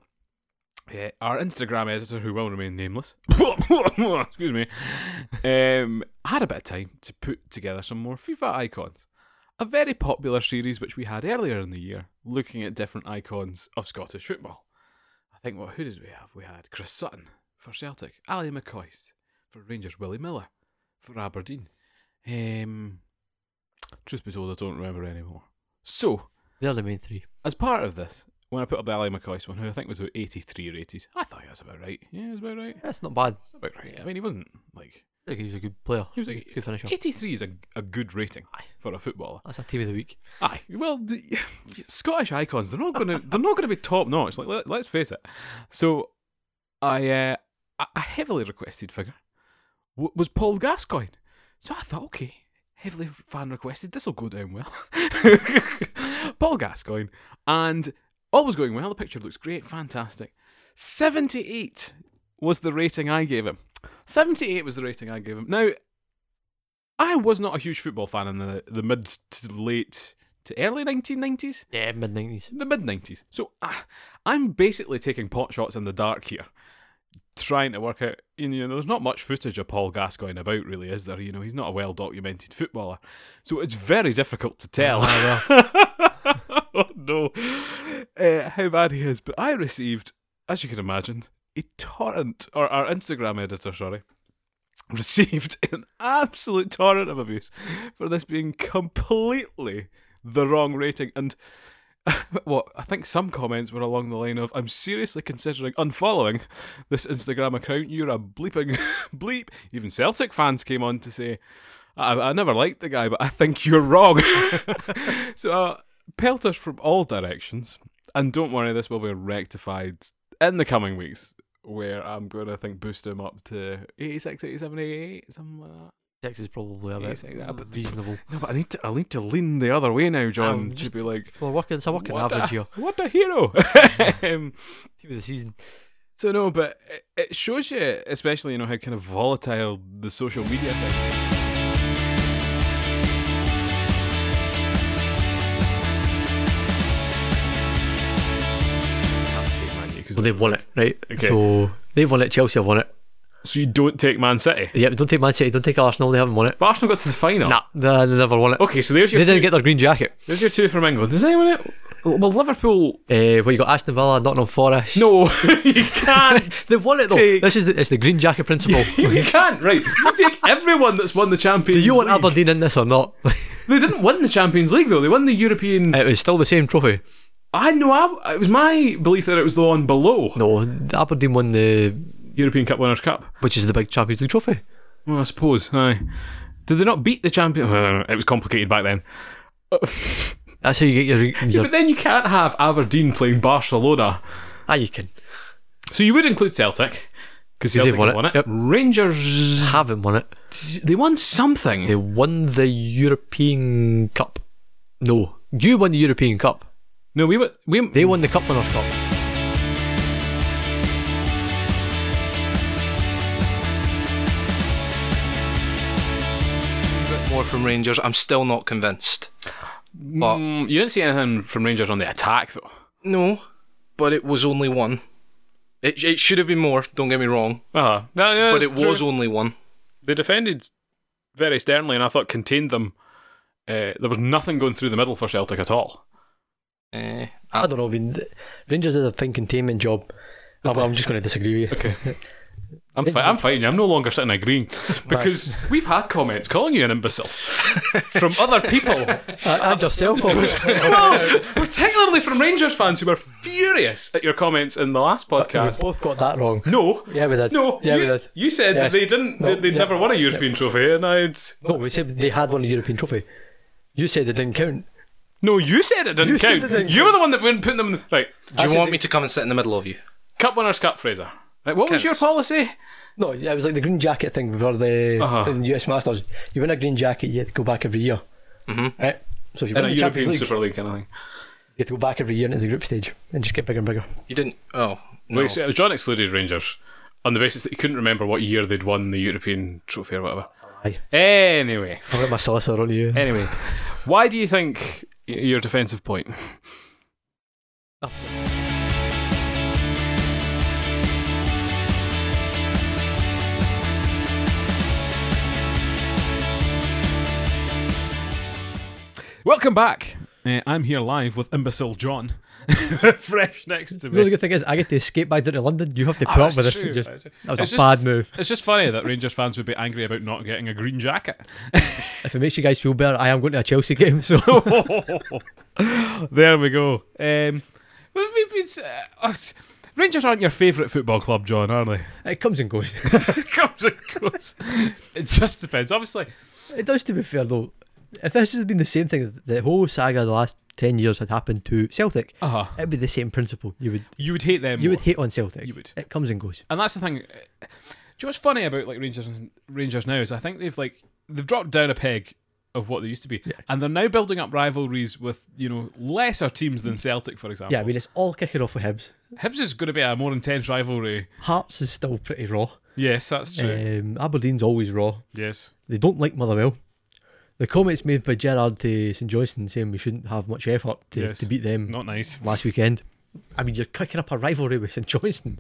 uh, our Instagram editor, who will remain nameless, excuse me, um, had a bit of time to put together some more FIFA icons. A very popular series which we had earlier in the year, looking at different icons of Scottish football. I think what who did we have? We had Chris Sutton for Celtic, Ali McCoist for Rangers, Willie Miller for Aberdeen. Um, truth be told, I don't remember anymore. So, They're the main three. as part of this, when I put up the Ali McCoist one, who I think was about 83 rated, I thought that's about right. Yeah, that's about right. That's not bad. That's about right. I mean, he wasn't like. Look, he's a good player. He was like. good finisher. 83 is a, a good rating for a footballer. That's a team of the week. Aye, well, the, Scottish icons they're not gonna they're not gonna be top notch. Like let, let's face it. So, I uh, a- a heavily requested figure w- was Paul Gascoigne. So I thought, okay, heavily fan requested, this will go down well. Paul Gascoigne, and all was going well. The picture looks great, fantastic. Seventy eight was the rating I gave him. Seventy eight was the rating I gave him. Now. I was not a huge football fan in the, the mid to late to early 1990s, Yeah, mid nineties. the mid 90s. So uh, I'm basically taking pot shots in the dark here, trying to work out. You know, there's not much footage of Paul Gascoigne about, really, is there? You know, he's not a well documented footballer, so it's very difficult to tell. oh no, uh, how bad he is. But I received, as you can imagine, a torrent, or our Instagram editor, sorry received an absolute torrent of abuse for this being completely the wrong rating and what I think some comments were along the line of I'm seriously considering unfollowing this Instagram account you're a bleeping bleep even Celtic fans came on to say I, I never liked the guy but I think you're wrong so uh, pelters from all directions and don't worry this will be rectified in the coming weeks where I'm going to I think boost him up to 86, 87, 88, something like that. Six is probably a Yeah, bit six, yeah, but- reasonable. No, but I need to I need to lean the other way now, John, Um, to just- be like Well, working. It's a working what average a, here. What a hero! um, Team of the season. so no, but it, it shows you, especially you know how kind of volatile the social media thing. Well, they've won it, right? Okay. So they've won it. Chelsea have won it. So you don't take Man City. Yeah, don't take Man City. Don't take Arsenal. They haven't won it. But Arsenal got to the final. Nah, they, they never won it. Okay, so there's They your didn't two, get their green jacket. there's your two from England. Does anyone Well, Liverpool. Uh, what you got? Aston Villa, Nottingham Forest. No, you can't. they've won it though. Take- This is the, it's the green jacket principle. You can't, right? You take everyone that's won the Champions. Do you want League. Aberdeen in this or not? They didn't win the Champions League though. They won the European. it was still the same trophy. I know. I, it was my belief that it was the one below No, the Aberdeen won the, European Cup Winners' Cup. which is the big Champions League trophy. Well, I suppose. Aye. Did they not beat the champion? Uh, it was complicated back then. That's how you get your. your But then you can't have Aberdeen playing Barcelona. ah, you can So you would include Celtic because they've Celtic won won it, it. yep. Rangers haven't won it. they won something. They won the European Cup. No, you won the European Cup. no, we were we They won the Cup Winners' Cup. bit more from Rangers. I'm still not convinced. But Mm, you didn't see anything from Rangers on the attack though. no, but it was only one. It, it should have been more. Don't get me wrong, Uh-huh. Uh, no, no, but it's it was true. only one. they defended very sternly, and I thought contained them. Uh, there was nothing going through the middle for Celtic at all. Eh, I don't know. I mean, the- Rangers did a fine containment job. I'm, I'm just going to disagree with you. Okay. I'm, fi- I'm fighting you. I'm no longer sitting agreeing because we've had comments calling you an imbecile from other people, I, I just self Well, particularly from Rangers fans who were furious at your comments in the last podcast. both got that wrong. No, Yeah, we did. no, yeah, we you, did. you said Yes. that they didn't. No, they, would yeah. never won a European trophy, and I'd No, we said they had won a European trophy. You said it didn't count. no. You said it didn't You said count. it didn't you were the one that wouldn't put them in the- right. do said you want it- me to come and sit in the middle of you? Cup winners, cup Fraser. Right, what was Counts. your policy? No, yeah, it was like the green jacket thing before the Uh-huh. in the US Masters. You win a green jacket, you had to go back every year. Mm-hmm. Right? So if you In win a the Champions European League, Super League kind of thing. you have to go back every year into the group stage and just get bigger and bigger. You didn't. Oh no. Well, you see, John excluded Rangers on the basis that he couldn't remember what year they'd won the European trophy or whatever. lie. Anyway, I'll get my solicitor on you. anyway, why do you think y- your defensive point? Welcome back. Uh, I'm here live with imbecile John, fresh next to The really me. good thing is, I get to escape back down to London. You have to Ah, put up that's with this. true, Just, that's true. that was It's a just- bad move. It's just funny that Rangers fans would be angry about not getting a green jacket. If it makes you guys feel better, I am going to a Chelsea game. So there we go. Um, well, we've been, s- uh, uh, Rangers aren't your favourite football club, John, are they? it comes and goes. Comes and goes. It just depends. Obviously, It does, to be fair though. If this had been the same thing, the whole saga of the last ten years had happened to Celtic, uh-huh. it'd be the same principle. You would you would hate them. you more. would hate on Celtic. You would. It comes and goes. and that's the thing. Do you know what's funny about like Rangers Rangers now is I think they've like they've dropped down a peg of what they used to be, and they're now building up rivalries with you know lesser teams than Celtic, for example. Yeah, I mean it's all kicking off with Hibs. Hibs is going to be a more intense rivalry. Hearts is still pretty raw. Yes, that's true. Um, Aberdeen's always raw. yes. They don't like Motherwell. The comments made by Gerard to St Johnston saying we shouldn't have much effort to, Yes. to beat them Not nice. last weekend. I mean, you're kicking up a rivalry with St Johnston.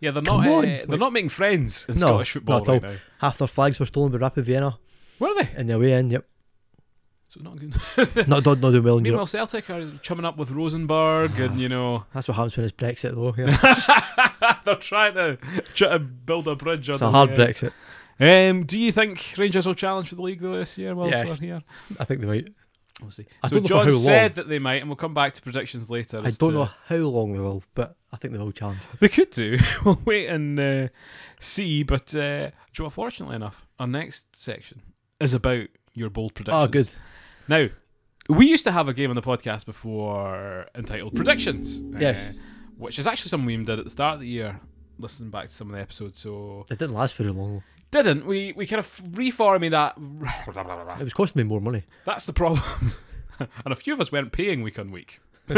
Yeah, they're Come not. on, uh, they're like- not making friends in No, Scottish football not at right all. now. Half their flags were stolen by Rapid Vienna Were they? in the away end. Yep, So not good. not, not not doing well in Europe. Meanwhile, Celtic are chumming up with Rosenborg, Ah. and you know That's what happens when it's Brexit, though. Yeah. they're trying to try to build a bridge. it's a hard Brexit. Um, do you think Rangers will challenge for the league though this year? Whilst Yes. we're here, I think they might. we'll see. I so don't know for John how long. said that they might, and we'll come back to predictions later. I as don't to- know how long they will, but I think they will challenge. They could do. we'll wait and uh, see. But uh, Joe, fortunately enough, our next section is about your bold predictions. Oh, good. Now, we used to have a game on the podcast before entitled Predictions. uh, Yes. which is actually something we even did at the start of the year, listening back to some of the episodes. So, It didn't last very long. didn't. We we kind of reformed that. It was costing me more money. That's the problem. and a few of us weren't paying week on week.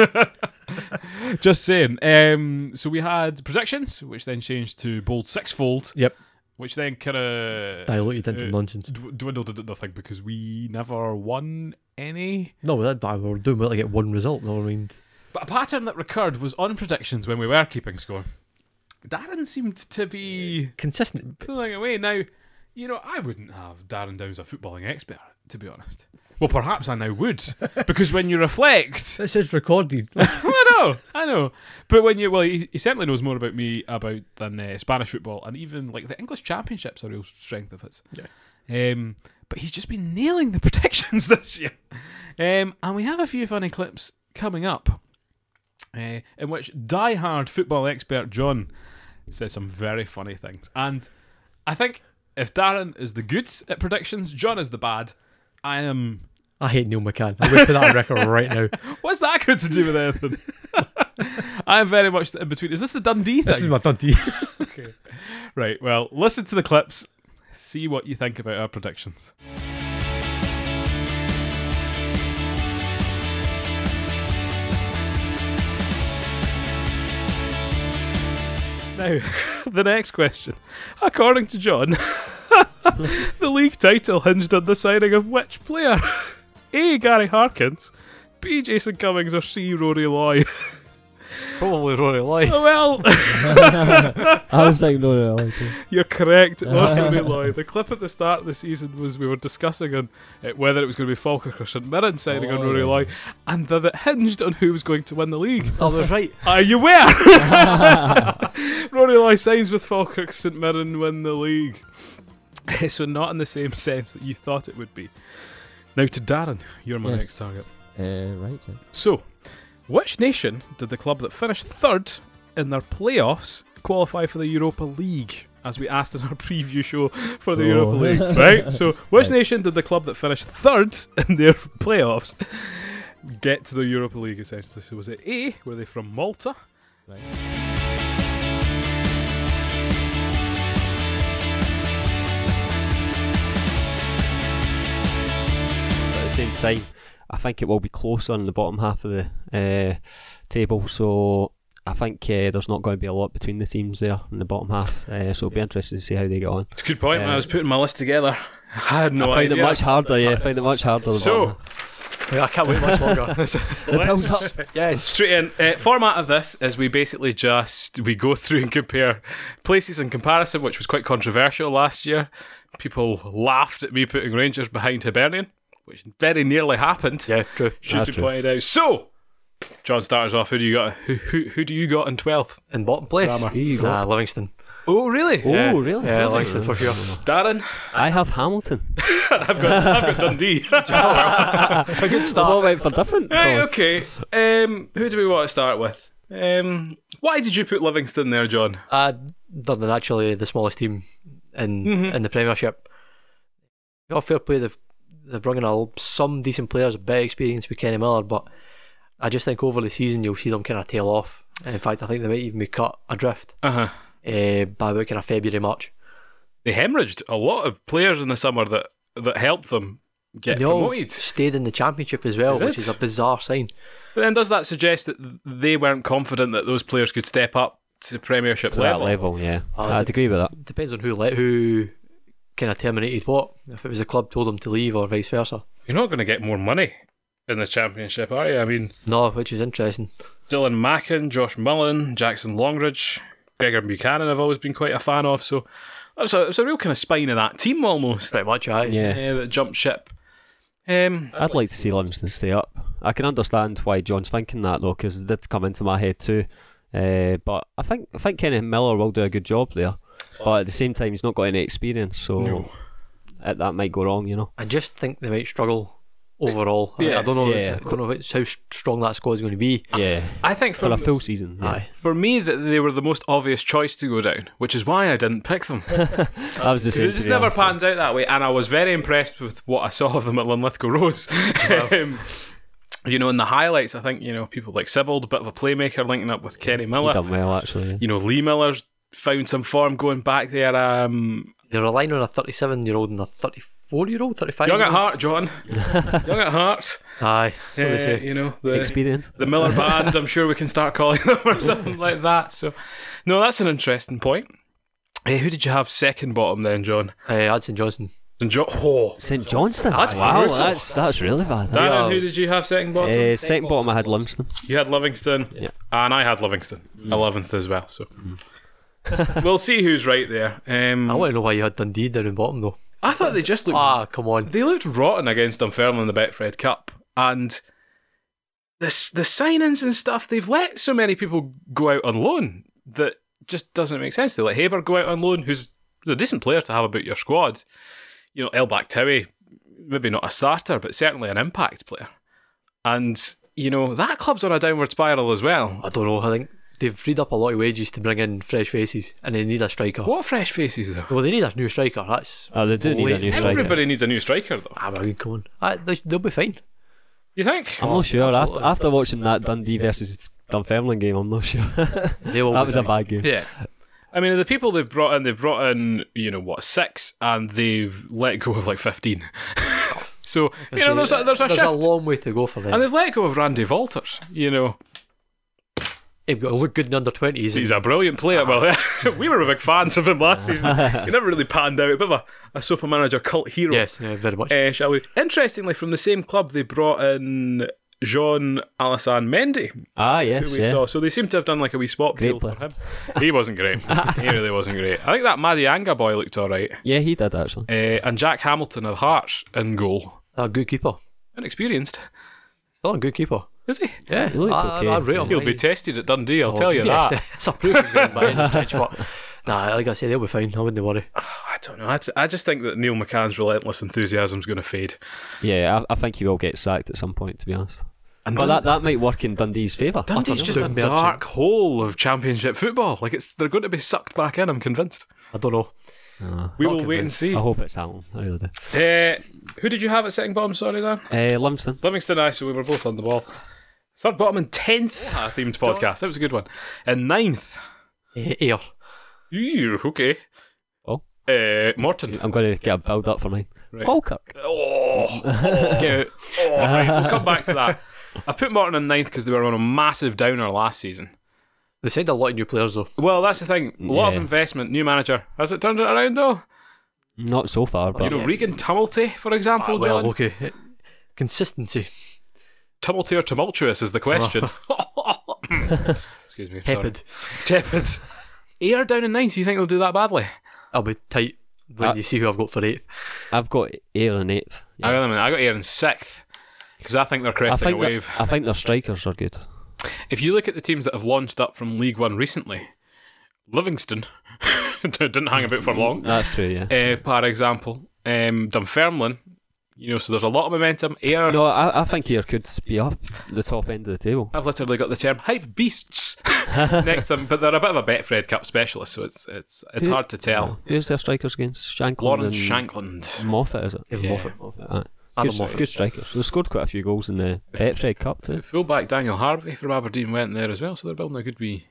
Just saying. Um, so we had predictions, which then changed to bold sixfold. Yep. Which then kind of Diluted into uh, nonsense. dw- dwindled into nothing because we never won any. No, that, that we were doing well to get one result. No, I mean, But a pattern that recurred was on predictions when we were keeping score. Darren seemed to be consistent. pulling away. Now, You know, I wouldn't have Darren Downs a footballing expert, to be honest. Well, perhaps I now would, because when you reflect, This is recorded. I know, I know. But when you well, he, he certainly knows more about me about than uh, Spanish football, and even like the English Championship's a real strength of his. Yeah. Um, but he's just been nailing the predictions this year, um, and we have a few funny clips coming up, uh, in which die-hard football expert John says some very funny things, and I think if Darren is the good at predictions, John is the bad. I am I hate Neil McCann. I'm going to put that on record right now. What's that got to do with anything? I'm very much in between. Is this the Dundee thing? This is my Dundee. right, well, listen to the clips, see what you think about our predictions. Now, the next question. According to John, the league title hinged on the signing of which player? A. Gary Harkins, B. Jason Cummings, or C. Rory Loy? Probably Rory Lye. Oh, well. I was like, no, no, I like it. You're correct. It was Rooney Lloyd. The clip at the start of the season was we were discussing on uh, whether it was going to be Falkirk or St Mirren signing on Oh. Rooney Lloyd, and that it hinged on who was going to win the league. Oh, I was right. Ah, you were. Rooney Lloyd signs with Falkirk, St Mirren win the league. so not in the same sense that you thought it would be. Now to Darren, you're my Yes. next target. Uh, right, then. So, which nation did the club that finished third in their playoffs qualify for the Europa League? As we asked in our preview show for the Oh. Europa League, right? So, which Right. nation did the club that finished third in their playoffs get to the Europa League? Essentially, so was it A? Were they from Malta? Right. But at the same time, I think it will be close on the bottom half of the uh, table. So I think uh, there's not going to be a lot between the teams there in the bottom half. Uh, so it'll be interesting to see how they get on. It's a good point. when I Uh, was putting my list together. I had no I find idea. it much harder. Yeah, I find it much harder. the So- bottom I can't wait much longer. Let's- yes. Straight in. Uh, format of this is we basically just we go through and compare places in comparison, which was quite controversial last year. People laughed at me putting Rangers behind Hibernian, which very nearly happened. Yeah, true. should That's be true. pointed out. So, John starts off. Who do you got? Who who, who do you got in twelfth? In bottom place. Grammar. Here you go. Nah, Livingston. Oh, really? Oh, Yeah. really? Yeah, Really? Livingston for sure. Darren, I have Hamilton. I've got Dundee. It's a good I all start. went for different. right, thoughts. okay. Um, who do we want to start with? Um, why did you put Livingston there, John? Uh, they're the- naturally the smallest team in Mhm. in the Premiership. Got fair play. They've they've brought in a, some decent players, a bit of experience with Kenny Miller, but I just think over the season you'll see them kind of tail off. And in fact, I think they might even be cut adrift Uh huh. uh, by about kind of February, March. they hemorrhaged a lot of players in the summer that that helped them get And they all promoted. stayed in the Championship as well, They which did. is a bizarre sign. But then does that suggest that they weren't confident that those players could step up to Premiership To level? that level, yeah. Oh, I'd the- agree with that. Depends on who let who kind of terminated what. If it was the club told them to leave or vice versa. You're not going to get more money in the Championship, are you? I mean, No, which is interesting. Dylan Mackin, Josh Mullen, Jackson Longridge, Gregor Buchanan. I've always been quite a fan of. So that's a it's a real kind of spine in that team almost. Pretty much, I Yeah. eh, that jumped ship. Um, I'd like to see Livingston stay up. I can understand why John's thinking that though, because it did come into my head too. Uh, but I think I think Kenny Miller will do a good job there. But at the same time, he's not got any experience, so uh, that might go wrong. You know, I just think they might struggle overall. I- Yeah, I, don't know. yeah. I don't know if it's how strong that squad is going to be. yeah, I think for for a full season. Yeah. Aye. for me that they were the most obvious choice to go down, which is why I didn't pick them. I was the same. It just to be never honest. pans out that way, and I was very impressed with what I saw of them at Linlithgow Rose. Um, you know, in the highlights, I think you know people like Sybil, a bit of a playmaker, linking up with Kenny He Miller. done well actually. You know, Lee Miller's found some form going back there. Um, They're relying on a 37 year old and a 34 year old, 35. young at heart, John. young at heart. Aye. So they Uh, say. you know the Experience. the Miller band. I'm sure we can start calling them or something like that. So, no, that's an interesting point. Eh, who did you have second bottom then, John? Uh, Adson Johnson. And John. Oh, St Johnston. That's wow, brutal. that's that's really bad. Darren, Yeah. who did you have second bottom? Uh, second bottom, I had Livingston. You had Livingston, Yeah. Mm. and I had Livingston, eleventh as well. So we'll see who's right there. Um, I want to know why you had Dundee down in bottom though. I thought they just looked Ah, come on. they looked rotten against Dunfermline in the Betfred Cup, and this the signings and stuff they've let so many people go out on loan that just doesn't make sense. They let Haber go out on loan, who's a decent player to have about your squad. You know, El Baktawi, maybe not a starter, but certainly an impact player, and you know that club's on a downward spiral as well. I don't know. I think they've freed up a lot of wages to bring in fresh faces, and they need a striker. What fresh faces though! Well, they need a new striker. That's Oh, they do need a new striker. Everybody needs a new striker though. ah, well, come on. Ah, they, they'll be fine. You think? I'm not sure. After, after watching that Dundee versus Dunfermline game, I'm not sure. that They will. be was a fine. bad game. Yeah. I mean, the people they've brought in, they've brought in, you know, what, six, and they've let go of like 15. so, you know, there's a, there's a shift. long way to go for them. and they've let go of Randy Walters. You know, They've got to look good in the under twenties. he's a brilliant player. Well, we were big fans of him last season. He never really panned out. A bit of a, a sofa manager cult hero, Yes, yeah, very much. eh, shall we? Interestingly, from the same club, they brought in Jean Alassane Mendy, Ah, who yes, we yeah. saw. So they seem to have done like a wee swap Great deal player. for him. He wasn't great. he really wasn't great. I think that Madianga boy looked all right. Yeah, he did actually. Uh, and Jack Hamilton of Hearts in goal. a good keeper. Inexperienced, Still a good keeper. is he? Yeah, He looked I, okay. I, I rate him. He'll be tested at Dundee, Oh, I'll tell you yes, that. it's a proven game by any stretch, but nah, like I say, they'll be fine. I wouldn't worry. I don't know. I, t- I just think that Neil McCann's relentless enthusiasm's going to fade. Yeah, I, I think he will get sacked at some point, to be honest. And But Dun- that, that might work in Dundee's favour. Dundee's just a Merchant. dark hole of Championship football. Like it's, they're going to be sucked back in. I'm convinced. I don't know. We will wait and see. I hope it's Alan. I really do. Uh, who did you have at second bottom? Sorry, Dan. Uh, Livingston. Livingston, I. So we were both on the ball. Third bottom and tenth. Ah, themed podcast. That was a good one. And ninth. Eh, Air. Ew, okay. Oh. Uh, Morton. I'm going to get a build up for mine. Falkirk. Oh, oh, oh, right, we'll come back to that. I put Morton in ninth because they were on a massive downer last season. They signed a lot of new players though. Well, that's the thing. A lot of Yeah. investment, new manager. Has it turned it around though? Not so far, but You know, Regan Tumulty, for Ah, example, John. Well, okay. Eh, Consistency. Tumulty or tumultuous is the question. Excuse me. sorry. Tepid. Tepid. Air down in ninth. You think they'll do that badly? I'll be tight when Uh, you see who I've got for eighth. I've got Air and eighth. Yeah. I got them. in- I got Air in sixth because I think they're I cresting a think, wave. that, I think their strikers are good. If you look at the teams that have launched up from League One recently, Livingston didn't hang about for long. That's true, yeah. uh, par example. Um, Dunfermline, you know, so there's a lot of momentum. Air, No, I, I think Air could be up the top end of the table. I've literally got the term hype beasts next to them, but they're a bit of a Betfred Cup specialist, so it's it's it's hard to tell. Who's their strikers against? Shanklin Lauren and Shankland. Moffat, is it? Yeah. Moffat. Aye. Adam Good, Moffat. good strikers. They scored quite a few goals in the Betfred Cup too. Fullback Daniel Harvey from Aberdeen went there as well, so they're building a good wee,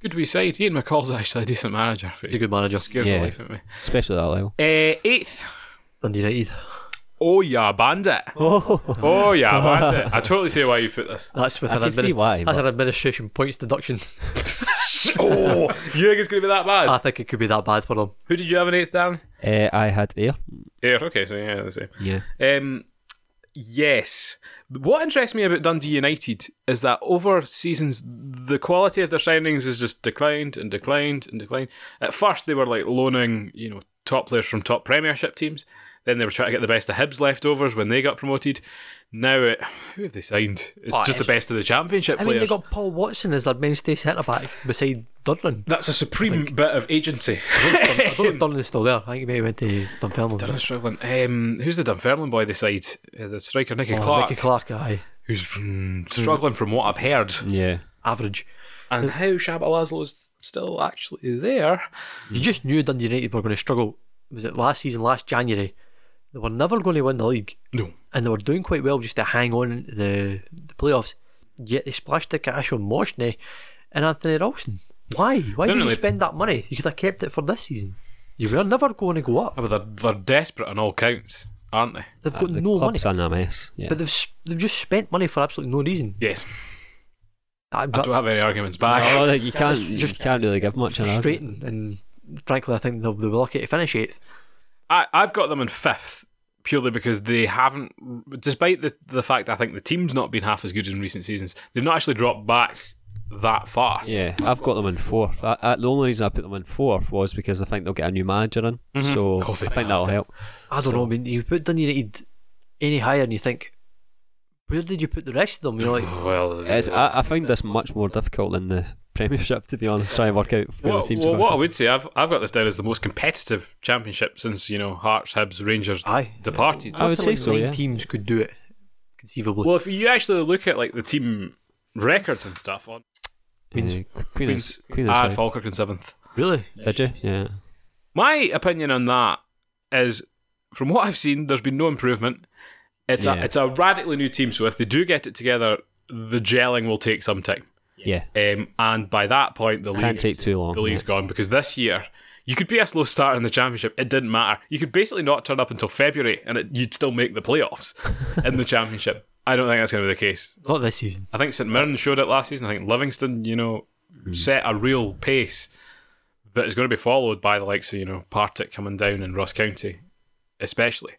good wee side. Ian McCall's actually a decent manager. but Hmm. He's a good manager. Scares Yeah. the life out of me. Especially that level. Uh, eighth, Dundee United. oh yeah, Bandit. Oh, Oh yeah, Bandit. I totally see why you put this. that's with I an can see administ- why, That's but- an administration points deduction. oh, you think it's going to be that bad? I think it could be that bad for them. Who did you have in eighth, Dan? Uh, I had Air. Air. Okay, so yeah, the same. Yeah. Um, yes. What interests me about Dundee United is that over seasons, the quality of their signings has just declined and declined and declined. At first, they were like loaning, you know, top players from top Premiership teams. Then they were trying to get the best of Hibs leftovers when they got promoted. Now, it, who have they signed? It's Oh, just the it's- best of the Championship I mean, players. they got Paul Watson as their mainstay centre back beside Dudlin. That's a supreme bit of agency. I don't think Dudlin's still there. I think he maybe went to Dunfermline. Oh, I'm struggling. Um, who's the Dunfermline boy they side? Uh, the striker Nicky Oh, Clark, Nicky Clark, aye. who's mm, struggling from what I've heard. Yeah. Average. and how Shabba Laszlo is still actually there. You just knew Dundee United were going to struggle. Was it last season, last January? They were never going to win the league, No. and they were doing quite well just to hang on in the the playoffs. Yet they splashed the cash on Moshney and Anthony Ralston. Why? Why did Didn't you they- spend that money? You could have kept it for this season. You were never going to go up. Oh, But they're, they're desperate on all counts, aren't they? They've Uh, got the no money, club's in a mess. Yeah. but they've s- they've just spent money for absolutely no reason. Yes. I'm I don't have any arguments back. Oh, you can't, it's you just can't really give much an argument. frustrating, and frankly, I think they'll, they'll be lucky to finish eighth. I, I've got them in fifth purely because they haven't, despite the, the fact I think the team's not been half as good in recent seasons, they've not actually dropped back that far. Yeah, I've got them in fourth. I, I, the only reason I put them in fourth was because I think they'll get a new manager in. So I Mm-hmm. course they think have that'll to. help. I don't know. I mean, you put Dundee United any higher, and you think, where did you put the rest of them? You're like, Well, It's, uh, I, I find this much more difficult than the Premiership, to be honest, trying to work out where well, the teams well, are what I going. would say, I've, I've got this down as the most competitive championship since you know Hearts, Hibs, Rangers Aye. departed. I would something like say so, nine yeah. Teams could do it conceivably. Well, if you actually look at like the team records and stuff, on Uh, Queen is Queen I had is Falkirk in seventh. really? Did you? Yeah. My opinion on that is, from what I've seen, there's been no improvement. It's Yeah. a it's a radically new team, so if they do get it together, the gelling will take some time. Yeah. Um, and by that point, the Can't league take too long. the league's gone because this year you could be a slow start in the championship. It didn't matter. You could basically not turn up until February and it, you'd still make the playoffs in the championship. I don't think that's going to be the case. Not this season. I think St Mirren showed it last season. I think Livingston, you know, Mhm. set a real pace that is going to be followed by the likes of you know Partick coming down in Ross County, especially.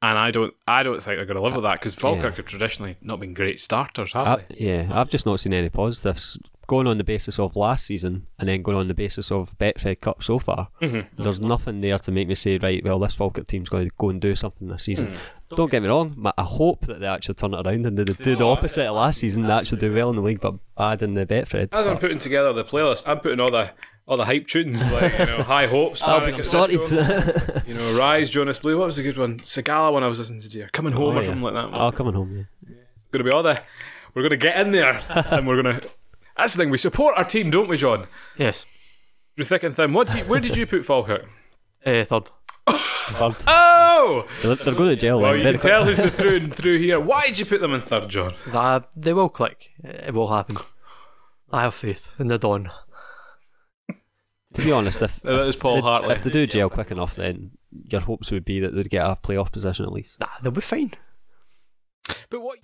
And I don't, I don't think they're going to live with that because Falkirk have traditionally not been great starters, have I, they? yeah, I've just not seen any positives. Going on the basis of last season and then going on the basis of Betfred Cup so far, Mm-hmm. there's nothing there to make me say, right, well, this Falkirk team's going to go and do something this season. Mm-hmm. Don't get me wrong, ma- I hope that they actually turn it around and they do the opposite of last season. They actually do well in the league, but bad in the Betfred. As I'm But putting together the playlist, I'm putting all the all the hype tunes like you know, High Hopes, I'll Panic be at sorted. Disco, you know, Rise, Jonas Blue. What was a good one? Sagala one I was listening to. Dear, Coming Home Oh, or yeah. something like that. Oh, coming home, yeah. Going to be all the. We're going to get in there, and we're going to. That's the thing. We support our team, don't we, John? Yes. Through thick and thin. What? Do you, where did you put Falkirk? Uh, third. Oh, They're, they're going to jail. well, then, you very can tell who's the through and through here. Why did you put them in third, John? That, they will click. It will happen. I have faith in the dawn. To be honest, if That was Paul if- Hartley. If they do jail quick enough, then your hopes would be that they'd get a playoff position at least. Nah, they'll be fine. But what?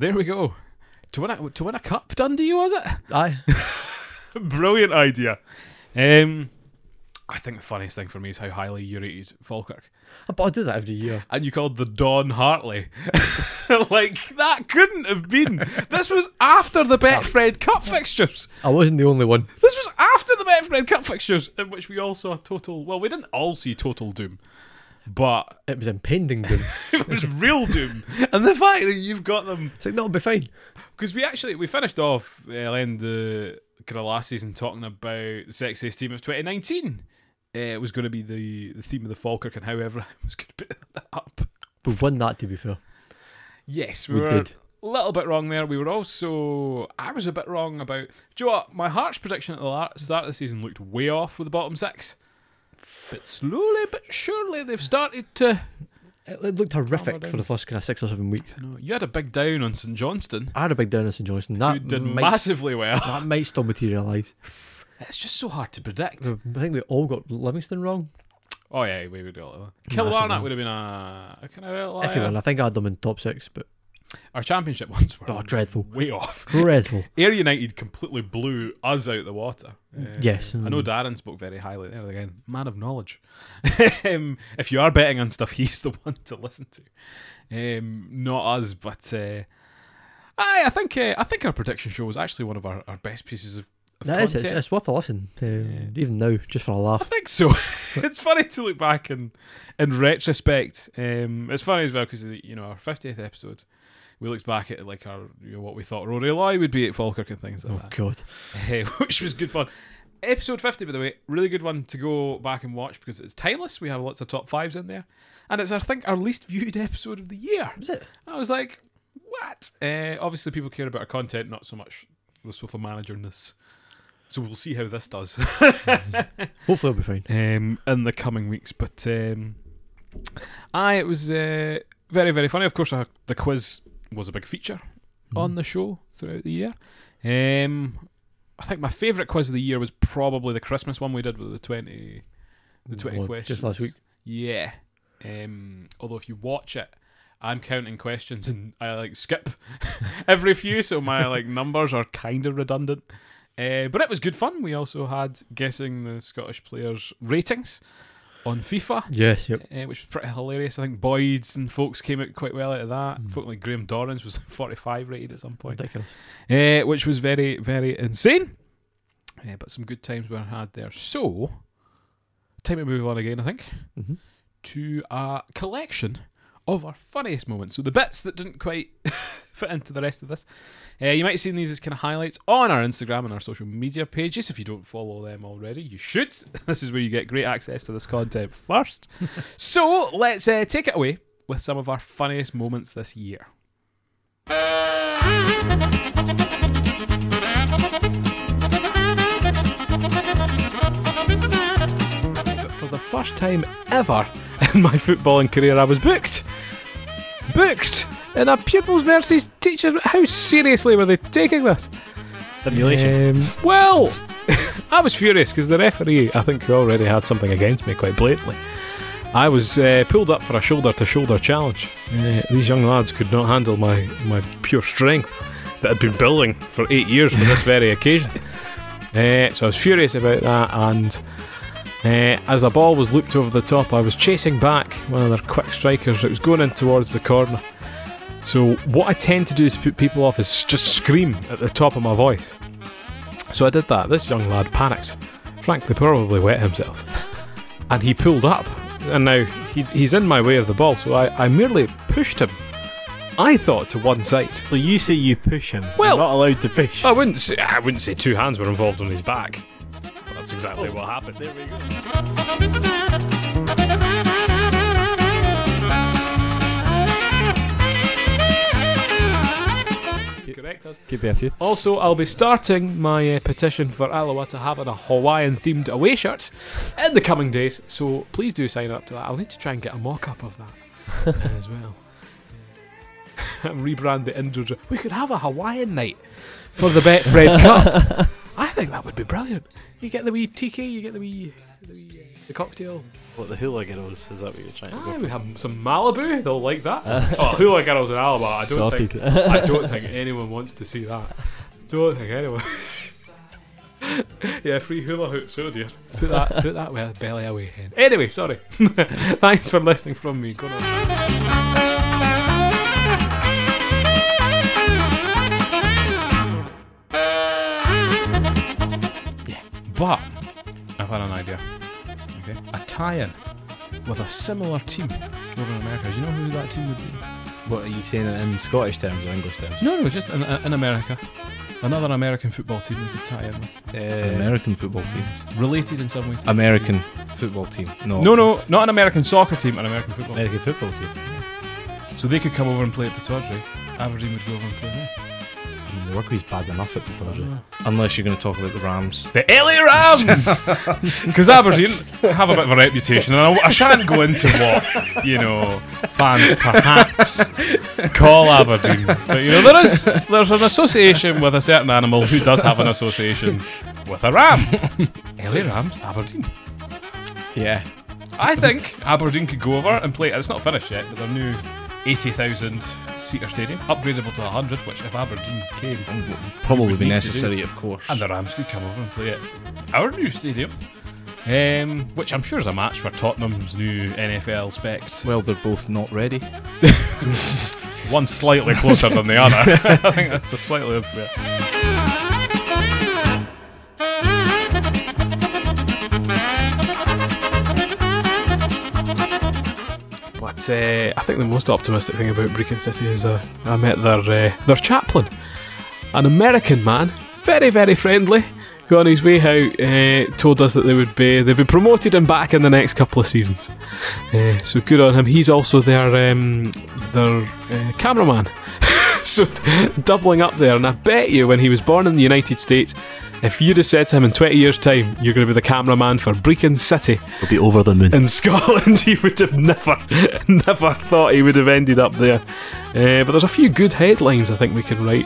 There we go. To win a, to win a cup, Dundee was it? Aye. Brilliant idea. Um, I think the funniest thing for me is how highly you rated Falkirk, But I do that every year. and you called the Don Hartley. like that couldn't have been. This was after the Betfred Cup fixtures. I wasn't the only one. This was after the Betfred Cup fixtures, in which we all saw total. Well, we didn't all see total doom, but It was impending doom. it was real doom. And the fact that you've got them It's like, that'll be fine. because we actually we finished off uh, end the kind of last season talking about the sexiest team of 2019. Uh, it was going to be the, the theme of the Falkirk and however I was going to put that up. We won that, to be fair. Yes, we, We were did. a little bit wrong there. We were also I was a bit wrong about. Do you know what? My Hearts prediction at the la- start of the season looked way off with the bottom six. But slowly but surely they've started to. It, it looked horrific for the first kind of six or seven weeks. I know, you had a big down on St Johnston. I had a big down on St Johnston. That You did might, massively well. that might still materialise. It's just so hard to predict. I think we all got Livingston wrong. Oh yeah, we would all. Massive, Killarnock yeah. would have been a, a kind of If you outlier. win, I think I had them in top six, but Our championship ones were Oh, dreadful. way off. dreadful. Air United completely blew us out the water. Uh, Mm. Yes, I know Darren spoke very highly there again. Man of knowledge. um, if you are betting on stuff, he's the one to listen to. Um, not us, but uh, I, I think uh, I think our prediction show was actually one of our, our best pieces of, of That is, content. it's, it's worth a listen, uh, even now, just for a I laugh. think so. it's funny to look back and in retrospect. Um, it's funny as well because you know our fiftieth episode, we looked back at like our you know, what we thought Rory Loy would be at Falkirk and things like Oh that, God, Eh, which was good fun. Episode fifty, by the way, really good one to go back and watch because it's timeless. We have lots of top fives in there, and it's I think our least viewed episode of the year. was it? I was like, what? Uh, obviously, people care about our content, not so much the sofa managerness. So we'll see how this does. Hopefully, I'll be fine. um, in the coming weeks. But um, I it was uh, very very funny. Of course, uh, the quiz was a big feature on the show throughout the year. Um, I think my favourite quiz of the year was probably the Christmas one we did with the twenty, the twenty Well, questions just last week. Yeah. Um, although if you watch it. I'm counting questions and I like skip every few, so my like numbers are kind of redundant. Uh, but it was good fun. We also had guessing the Scottish players' ratings on FIFA, Yes, yep. uh, which was pretty hilarious. I think Boyd's and folks came out quite well out of that. Mm. Fortunately, Graham Dorans was 45 rated at some point, Ridiculous. uh, which was very, very insane. Uh, but some good times were had there. So, time to move on again, I think hmm to a collection of our funniest moments. So the bits that didn't quite fit into the rest of this. Uh, you might have seen these as kind of highlights on our Instagram and our social media pages. If you don't follow them already, you should. This is where you get great access to this content first. so let's uh, take it away with some of our funniest moments this year. But for the first time ever in my footballing career, I was booked. Booked in a pupils versus teachers. How seriously were they taking this? Um, Well, I was furious because the referee, I think, who already had something against me quite blatantly. I was uh, pulled up for a shoulder to shoulder challenge. Uh, these young lads could not handle my, my pure strength that I'd been building for eight years for this very occasion. Uh, so I was furious about that, and uh, as the ball was looped over the top, I was chasing back one of their quick strikers. It was going in towards the corner. So, what I tend to do to put people off is just scream at the top of my voice. So I did that. This young lad panicked. Frankly, probably wet himself. And he pulled up. And now he, he's in my way of the ball, so I, I merely pushed him. I thought to one side. So you say you push him. Well- You're not allowed to push. I wouldn't say I wouldn't say two hands were involved on his back. But that's exactly what happened. There we go. Correct us. Could be a few. Also, I'll be starting my uh, petition for Alawa to have a Hawaiian themed away shirt in the coming days, so please do sign up to that. I'll need to try and get a mock up of that uh, as well. and rebrand the indoor. dr- We could have a Hawaiian night for the Betfred Cup. I think that would be brilliant. You get the wee tiki, you get the wee. The, wee, uh, the cocktail. What the hula girls? Is that what you're trying to Ah, go? we have some Malibu. They'll like that. oh, hula girls in Alaba. I don't think. Sorted. I don't think anyone wants to see that. Don't think anyone. yeah, free hula hoops. Oh dear. Put that, put that well, belly away, hen. Anyway, sorry. Thanks for listening from me. Go on. But I've had an idea. Okay, a tie-in with a similar team over in America. Do you know who that team would be? What are you saying in Scottish terms or English terms? No, no, just in, in America. Another American football team we could tie in with. Uh, American football team. Related in some way to American football team. No. No, no, not an American soccer team, an American football team. American football team. So they could come over and play at Pataudry. Aberdeen would go over and play there. I mean, the rugby's bad enough at the Dodger. Unless you're going to talk about the Rams. The LA Rams! Because Aberdeen have a bit of a reputation, and I, I shan't go into what, you know, fans perhaps call Aberdeen. But, you know, there is there's an association with a certain animal who does have an association with a ram. LA Rams, Aberdeen. Yeah. I think Aberdeen could go over and play. It's not finished yet, but their new 80,000 seater stadium, upgradable to 100, which if Aberdeen came, Probably would need be to necessary, of course. and the Rams could come over and play at our new stadium, um, which I'm sure is a match for Tottenham's new NFL spect. well, they're both not ready. One slightly closer than the other. I think that's a slightly unfair. But uh, I think the most optimistic thing about Brecon City is uh, I met their uh, their chaplain, an American man, very very friendly, who on his way out uh, told us that they would be they'd be promoted and back in the next couple of seasons. Uh, so good on him. He's also their um, their uh, cameraman. so doubling up there, and I bet you when he was born in the United States. If you'd have said to him in 20 years' time, you're going to be the cameraman for Brecon City, They'll be over the moon. in Scotland, he would have never, never thought he would have ended up there. Uh, but there's a few good headlines I think we can write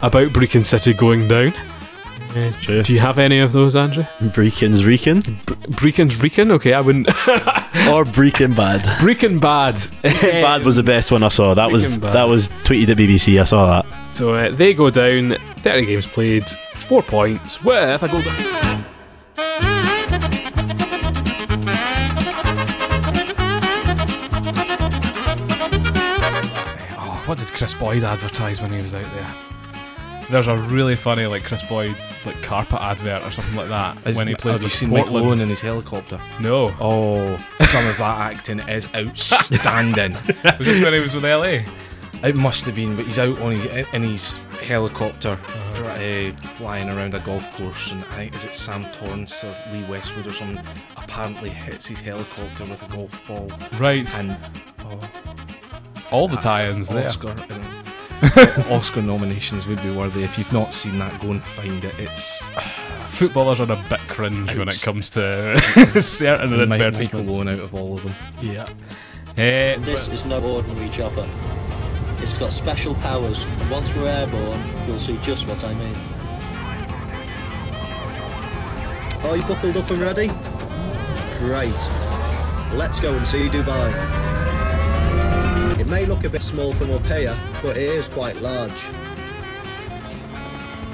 about Brecon City going down. Uh, Sure. Do you have any of those, Andrew? Breakin's Reekin Brecon's Reekin? Okay, I wouldn't. or Breakin Bad. Brecon bad. Bad was the best one I saw. That was Breaking Bad. that was tweeted at BBC. I saw that. So uh, they go down, 30 games played, four points with a golden. Oh, what did Chris Boyd advertise when he was out there? There's a really funny like Chris Boyd's like carpet advert or something like that when he played have you with seen Mike Portland. Malone in his helicopter? no, Oh, some of that acting is outstanding. was this when he was with LA? it must have been, but he's out on his, in his helicopter, dri- uh, flying around a golf course, and I think is it Sam Torrance or Lee Westwood or someone apparently hits his helicopter with a golf ball, Right, and oh, all the tie-ins there. Oscar. um, Oscar nominations would be worthy. If you've not seen that, go and find it. It's Footballers are a bit cringe when it Outs. comes to certain Mike, Mike advertisements. Malone out of all of them. Yeah. Eh, This is no ordinary chopper. It's got special powers, and once we're airborne, you'll see just what I mean. Are you buckled up and ready? Great. Let's go and see Dubai. It may look a bit small from up here, but it is quite large.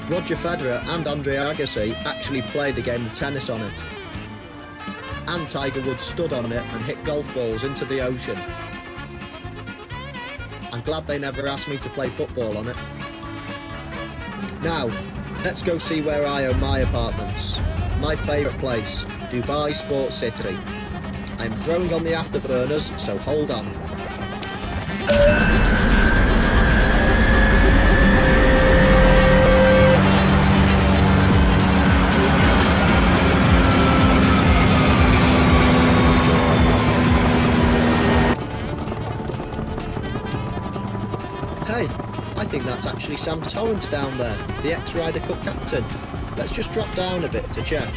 Roger Federer and Andre Agassi actually played a game of tennis on it. And Tiger Woods stood on it and hit golf balls into the ocean. I'm glad they never asked me to play football on it. Now, let's go see where I own my apartments. My favourite place, Dubai Sports City. I'm throwing on the afterburners, so hold on. Hey, I think that's actually Sam Torrance down there, the ex-Ryder Cup captain. Let's just drop down a bit to check.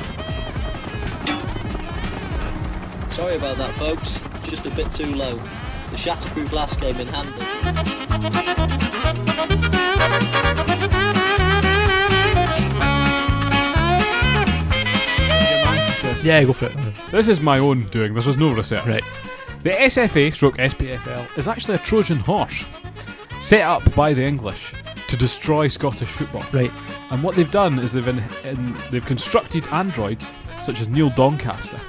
Sorry about that, folks. Just a bit too low. The shatterproof glass came in handy. Yeah, go for it. This is my own doing. This was no research. Right. The SFA stroke SPFL is actually a Trojan horse set up by the English to destroy Scottish football. Right. And what they've done is they've in, in, they've constructed androids such as Neil Doncaster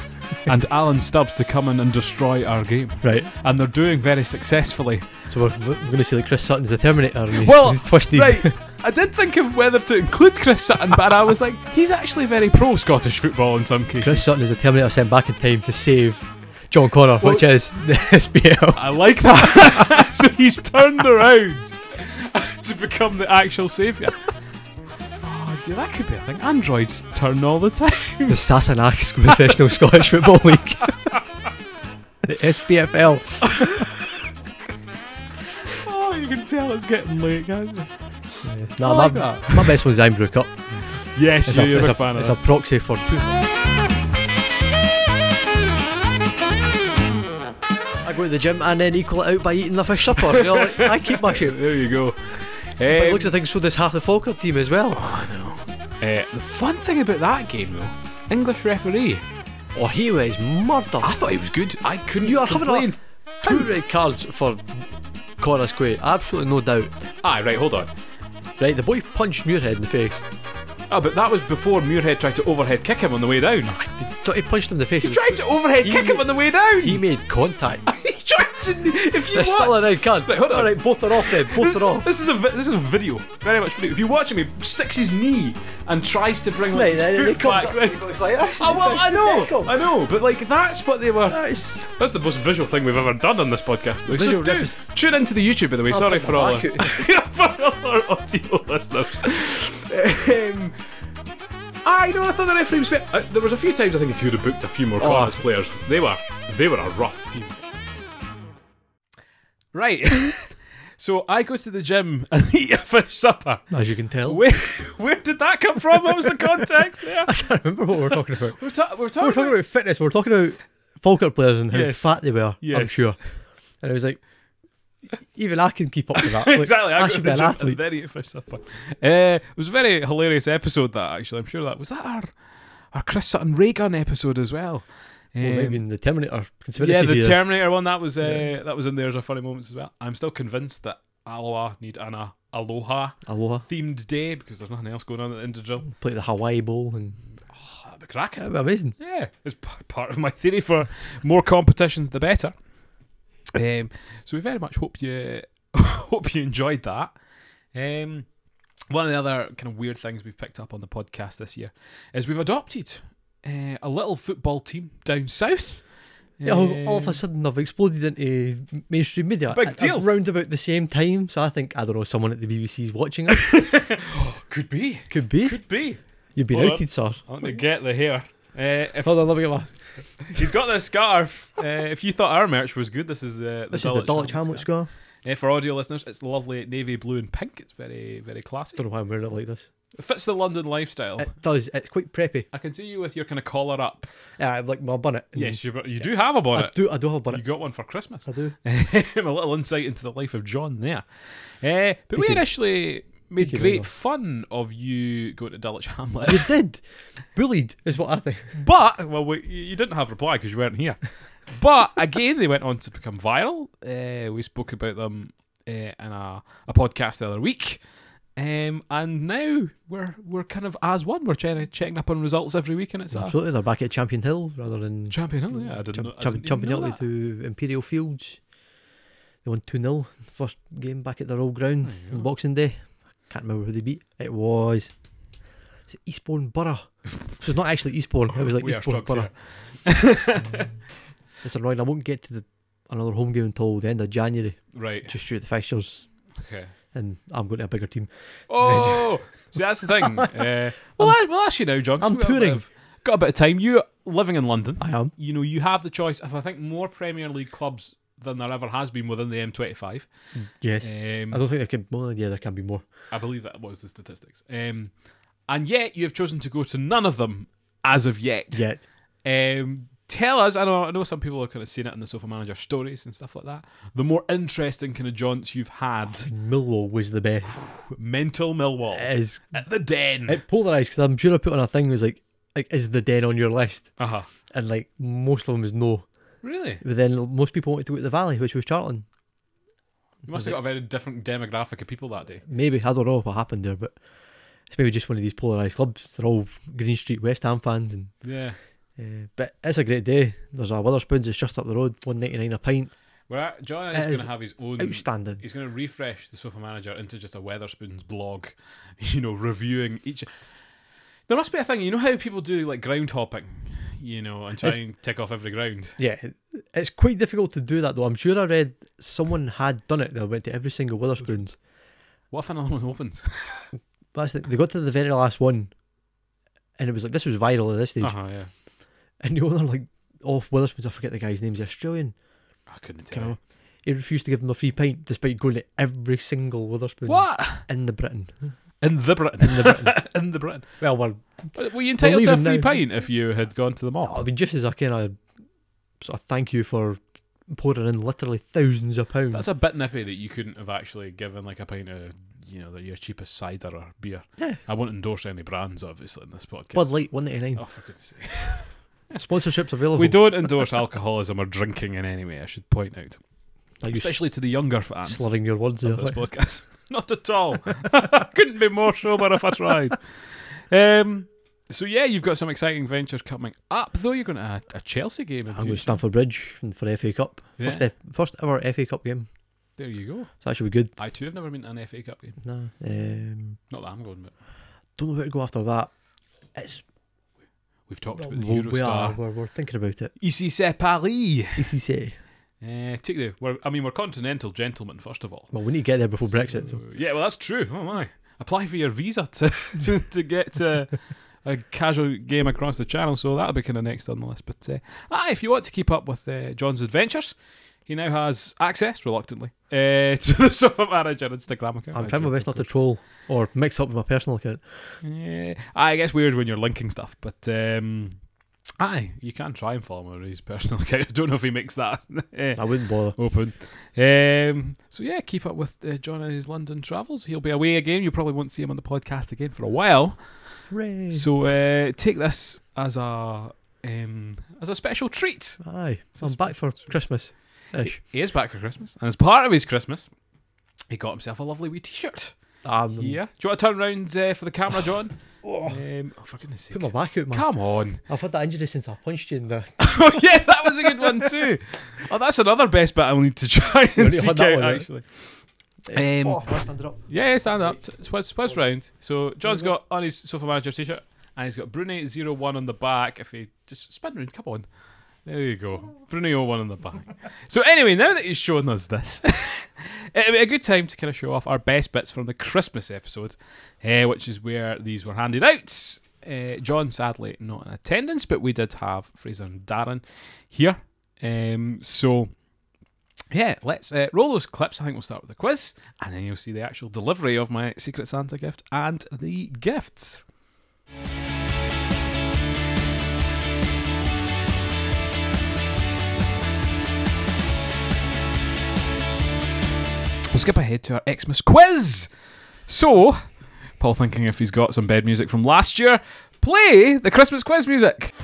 and Alan Stubbs to come in and destroy our game. Right. And they're doing very successfully. So we're, we're going to see like Chris Sutton's the Terminator and he's, Well, he's twisted. Right. I did think of whether to include Chris Sutton, but I was like, he's actually very pro Scottish football in some cases. Chris Sutton is the Terminator sent back in time to save John Connor, which is the SBL. I like that. so he's turned around to become the actual saviour. Oh, dude, that could be a thing. Androids turn all the time. The Sassenachs Professional Scottish Football League. the SPFL. Oh, you can tell it's getting late, can't you? Nah, I like my, that. my best one's Iron Brew Cup. Yes, It's, you- a, you're it's, a, a, fan it's a of this. proxy for. I go to the gym and then equal it out by eating the fish supper. You know, like, I keep my shape. There you go. But it Um, looks at things so does half the Falkirk team as well. uh, the fun thing about that game, though, English referee. Oh, he was murdered. I thought he was good. I couldn't. You are having complain. a two red cards for Connor Quay, absolutely no doubt. Ah, right. Hold on. Right, the boy punched Muirhead in the face. Oh, but that was before Muirhead tried to overhead kick him on the way down. So He punched him in the face. He tried to overhead He- kick him on the way down. He made contact. He tried to. If you There's want- still a red card. Right, hold on. All right, both are off then. Both are off. This is a vi- this is a video, very much video. If you watch him, he sticks his knee and tries to bring like Right, then his he foot comes back. up, right? he goes like this. Oh, well, I know, I Tackle. know, but like that's what they were. That is- That's the most visual thing we've ever done on this podcast. Blue. So Visual do, represent- tune into the YouTube, by the way. Sorry put for my all, our, back for all our audio listeners. um, I know. I thought the referee was fair. Uh, there was a few times I think if you'd have booked a few more corners players, they were they were a rough team. Right. so I go to the gym and eat a fish supper. As you can tell. Where, where did that come from? What was the context there? I remember what we were talking about. We're, ta- we're talking. Oh, We're talking about fitness. We're talking about Falkirk players and how Oh, Yes. fat they were. I'm Yes. sure. And I was like, even I can keep up with that. Like, exactly. I I, should should be an athlete. Very fish supper. Uh, it was a very hilarious episode. That actually, I'm sure that was that our our Chris Sutton Ray gun episode as well. Well, Um, maybe in the Terminator conspiracy yeah, the theorist. eh, Terminator one that was uh, that was in there as a funny moments as well. I'm still convinced that Aloha need an uh, Aloha Aloha. themed day because there's nothing else going on at the end of the drill. Play the Hawaii Bowl and That'd be cracking. that'd be amazing. Yeah, it's p- part of my theory for more competitions, the better. Um, so we very much hope you hope you enjoyed that. Um, one of the other kind of weird things we've picked up on the podcast this year is we've adopted uh, a little football team down south. Yeah, all, all Um, of a sudden I've exploded into mainstream media. Big at- deal. Around about the same time, so I think I don't know someone at the BBC's watching us. could be, Could be. could be. You've been Hold outed, sir. I want to get the hair. Uh, if Hold on, let me get my. he's got the scarf, uh, if you thought our merch was good, this is uh, the This is the Dalek Hamlet scarf. Uh, for audio listeners, it's lovely navy blue and pink. It's very, very classy. Don't know why I'm wearing it like this. It fits the London lifestyle. It does. It's quite preppy. I can see you with your kind of collar up. Uh, I have, like my bonnet. and- Yes, you, you do have a I bonnet. do. I do have a You bonnet. got one for Christmas. I do. a little insight into the life of John there. Uh, but we Speaking- initially made speaking of great England. fun of you going to Dulwich Hamlet. You did. Bullied is what I think. But well, we, you didn't have reply because you weren't here. But again, they went on to become viral. Uh, we spoke about them uh, in a, a podcast the other week, um, and now we're we're kind of as one. We're checking checking up on results every week, and it's a Absolutely, they're back at Champion Hill rather than champion. Hill, Yeah, I didn't, Cham- know, I Cham- didn't even Champion know Hill that. to Imperial Fields. They won 2 0 first game back at their old ground on Boxing Day. I can't remember who they beat. It was, was it Eastbourne Borough. so it's not actually Eastbourne. It was like We are Eastbourne struck Borough. It's annoying. I won't get to the, another home game until the end of January. Right. Just shoot the fixtures, Okay. and I'm going to a bigger team. Oh, see that's the thing. Uh, well, I, well, actually now, John, 'cause I'm we've got a bit touring. of- Got a bit of time. You're living in London. I am. you know, you have the choice of I think more Premier League clubs than there ever has been within the M25. Yes. I Um, don't think there can. Well, yeah, there can be more. I believe that was the statistics. Um, and yet you have chosen to go to none of them as of yet. Yet Um, tell us, I know, I know some people are kind of seeing it in the Sofa Manager stories and stuff like that. The more interesting kind of jaunts you've had, Millwall was the best. mental Millwall It is at the Den. it polarized because I'm sure I put on a thing that was like, like, is the den on your list? uh huh. And like most of them was no. Really? But then most people wanted to go to the valley, which was Charlton. You must have got a very different demographic of people that day. Maybe I don't know what happened there, but it's maybe just one of these polarized clubs. They're all Green Street West Ham fans, and Yeah. uh, but it's a great day. There's a Witherspoons that's just up the road, one ninety nine a pint. Well, uh, John It is going is to have his own Outstanding. He's going to refresh the sofa manager into just a Weatherspoons blog, you know, reviewing each. There must be a thing, you know how people do like ground hopping, you know, and try It's- and tick off every ground. Yeah, it's quite difficult to do that though. I'm sure I read someone had done it. They went to every single Witherspoons. What if another one opens? But that's the, they got to the very last one, and it was like this was viral at this stage. uh-huh, yeah. And the owner, like, off Witherspoons, I forget the guy's name, he's Australian. I couldn't Can tell. you. I- He refused to give them a free pint despite going to every single Witherspoons What in the Britain. in the Britain? In the Britain. in the Britain. Well, well, Were you entitled to a leaving free now. pint if you had gone to the I mall? mean, just as a kind of sort of thank you for pouring in literally thousands of pounds. That's a bit nippy that you couldn't have actually given like a pint of, you know, the, your cheapest cider or beer. Yeah. I won't endorse any brands, obviously, in this podcast. Bud Light, one ninety oh, nine. for goodness sake. Sponsorships available. Oh. We don't endorse alcoholism or drinking in any way, I should point out. Are you Especially to the younger fans of slurring your words there? this podcast. Not at all. Couldn't be more sober if I tried. Um, so, yeah, you've got some exciting ventures coming up, though. You're going to a, a Chelsea game. In I'm going to future. Stamford Bridge and for FA Cup. First, Yeah. F- first ever FA Cup game. There you go. So that should be good. I, too, have never been to an FA Cup game. No, um, Not that I'm going, but don't know where to go after that. It's we've talked about the we we are. Eurostar. We're, we're thinking about it. Ici c'est Paris. Easy say. Uh, take the, we're, I mean, we're continental gentlemen, first of all. Well, we need to get there before Brexit. So. Yeah, well, that's true. Oh my! Apply for your visa to to, to get uh, a casual game across the channel. So that'll be kind of next on the list. But uh, ah, if you want to keep up with uh, John's adventures, he now has access, reluctantly, uh, to the Sofa Manager Instagram account. I'm trying my best not to troll or mix up with my personal account. Yeah, I guess weird when you're linking stuff, but. um Aye, you can try and follow him on his personal account. I don't know if he makes that eh, I wouldn't bother. open. Um, so yeah, keep up with uh, John and his London travels. He'll be away again. You probably won't see him on the podcast again for a while. Hooray. So uh, take this as a um, as a special treat. Aye, so I'm back for Christmas ish. He is back for Christmas, and as part of his Christmas, He got himself a lovely wee T-shirt. Um, Yeah. Do you want to turn round uh, for the camera, John? um, oh, for goodness sake! Put my back out, man. Come on. I've had that injury since I punched you in the. oh yeah, that was a good one too. Oh, that's another best bit I'll need to try and to seek hunt that out one out. actually. Um, oh, I stand it up. Yeah, yeah, stand up. It's what's what's round. So John's got on his sofa manager t-shirt, and he's got Bruni 01 on the back. If he just spin round, come on. There you go, Bruni 01 on the back. so anyway, now that he's shown us this, it'd be a good time to kind of show off our best bits from the Christmas episode, eh, which is where these were handed out. Uh, John sadly not in attendance, but we did have Fraser and Darren here. Um, so yeah, let's uh, roll those clips. I think we'll start with the quiz, and then you'll see the actual delivery of my Secret Santa gift and the gifts. We'll skip ahead to our Xmas quiz. So, Paul thinking if he's got some bed music from last year, play the Christmas quiz music. I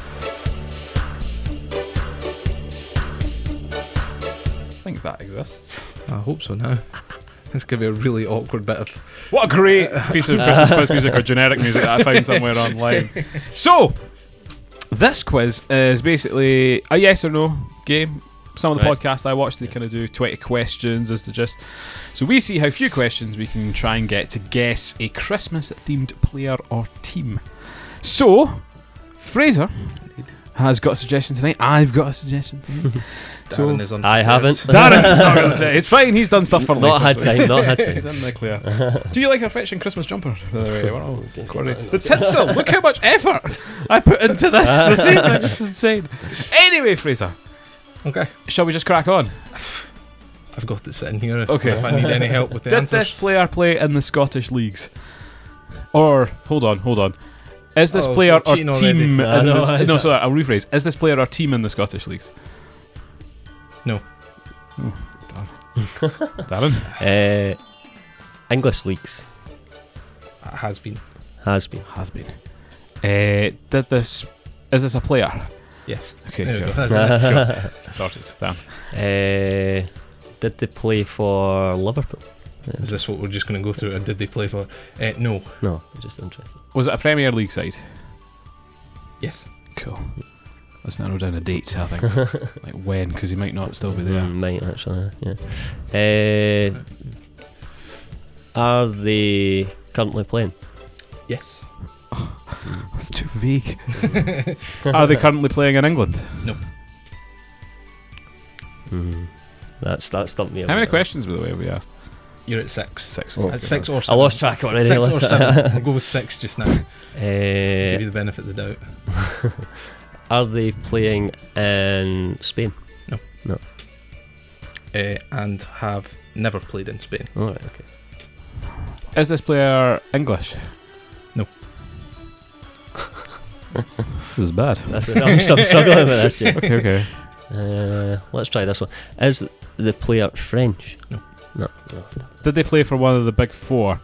think that exists. I hope so now. It's going to be a really awkward bit of. What a great piece of Christmas quiz music or generic music that I found somewhere online. So, this quiz is basically a yes or no game. Some of the Right. podcasts I watch, they kind of do 20 questions as the gist. So, we see how few questions we can try and get to guess a Christmas themed player or team. So, Fraser has got a suggestion tonight. I've got a suggestion tonight. so, Darren is on. I haven't. Darren's not going to say It's fine, he's done stuff for later. Not had time. Not had He's time. in the clear. Do you like our fetching Christmas jumper? By the way, we're all quite- the tinsel. Look how much effort I put into this this evening. It's insane. Anyway, Fraser, Okay. shall we just crack on? I've got it sitting here. If, Okay. If I need any help with the Did this answers. player play in the Scottish leagues? Or hold on, hold on. Is this Oh, player or cheating team in already. I know, the, I No, know. sorry, I'll rephrase. Is this player or team in the Scottish leagues? No. Oh, darn. Darren Uh, English leagues It has been. has been. has been. Uh, did this? Is this a player? Yes. Okay, There we sure. go. That's it. Sure. Sorted. Damn. Uh, did they play for Liverpool? Is this what we're just going to go through? Or did they play for? Uh, no. No, I'm just interested. Was it a Premier League side? Yes. Cool. Let's narrow down a date, I think. like when, because he might not still be there. Mm, Might actually. Yeah. Uh, are they currently playing? Yes. That's too vague. Are they currently playing in England? Hmm. That's that stumped me. a How many bit. questions, by the way, have we asked? You're at six. Six. At six or I seven. lost track already. Six let's- or seven. I'll go with six just now. Give you Uh, the benefit of the doubt. are they playing in Spain? Uh, and have never played in Spain. All right. Okay. Is this player English? No. this is bad. That's it. I'm, I'm struggling with this. Yeah. Okay, okay. Uh, let's try this one. Is the player French? No. No. no. Did they play for one of the big four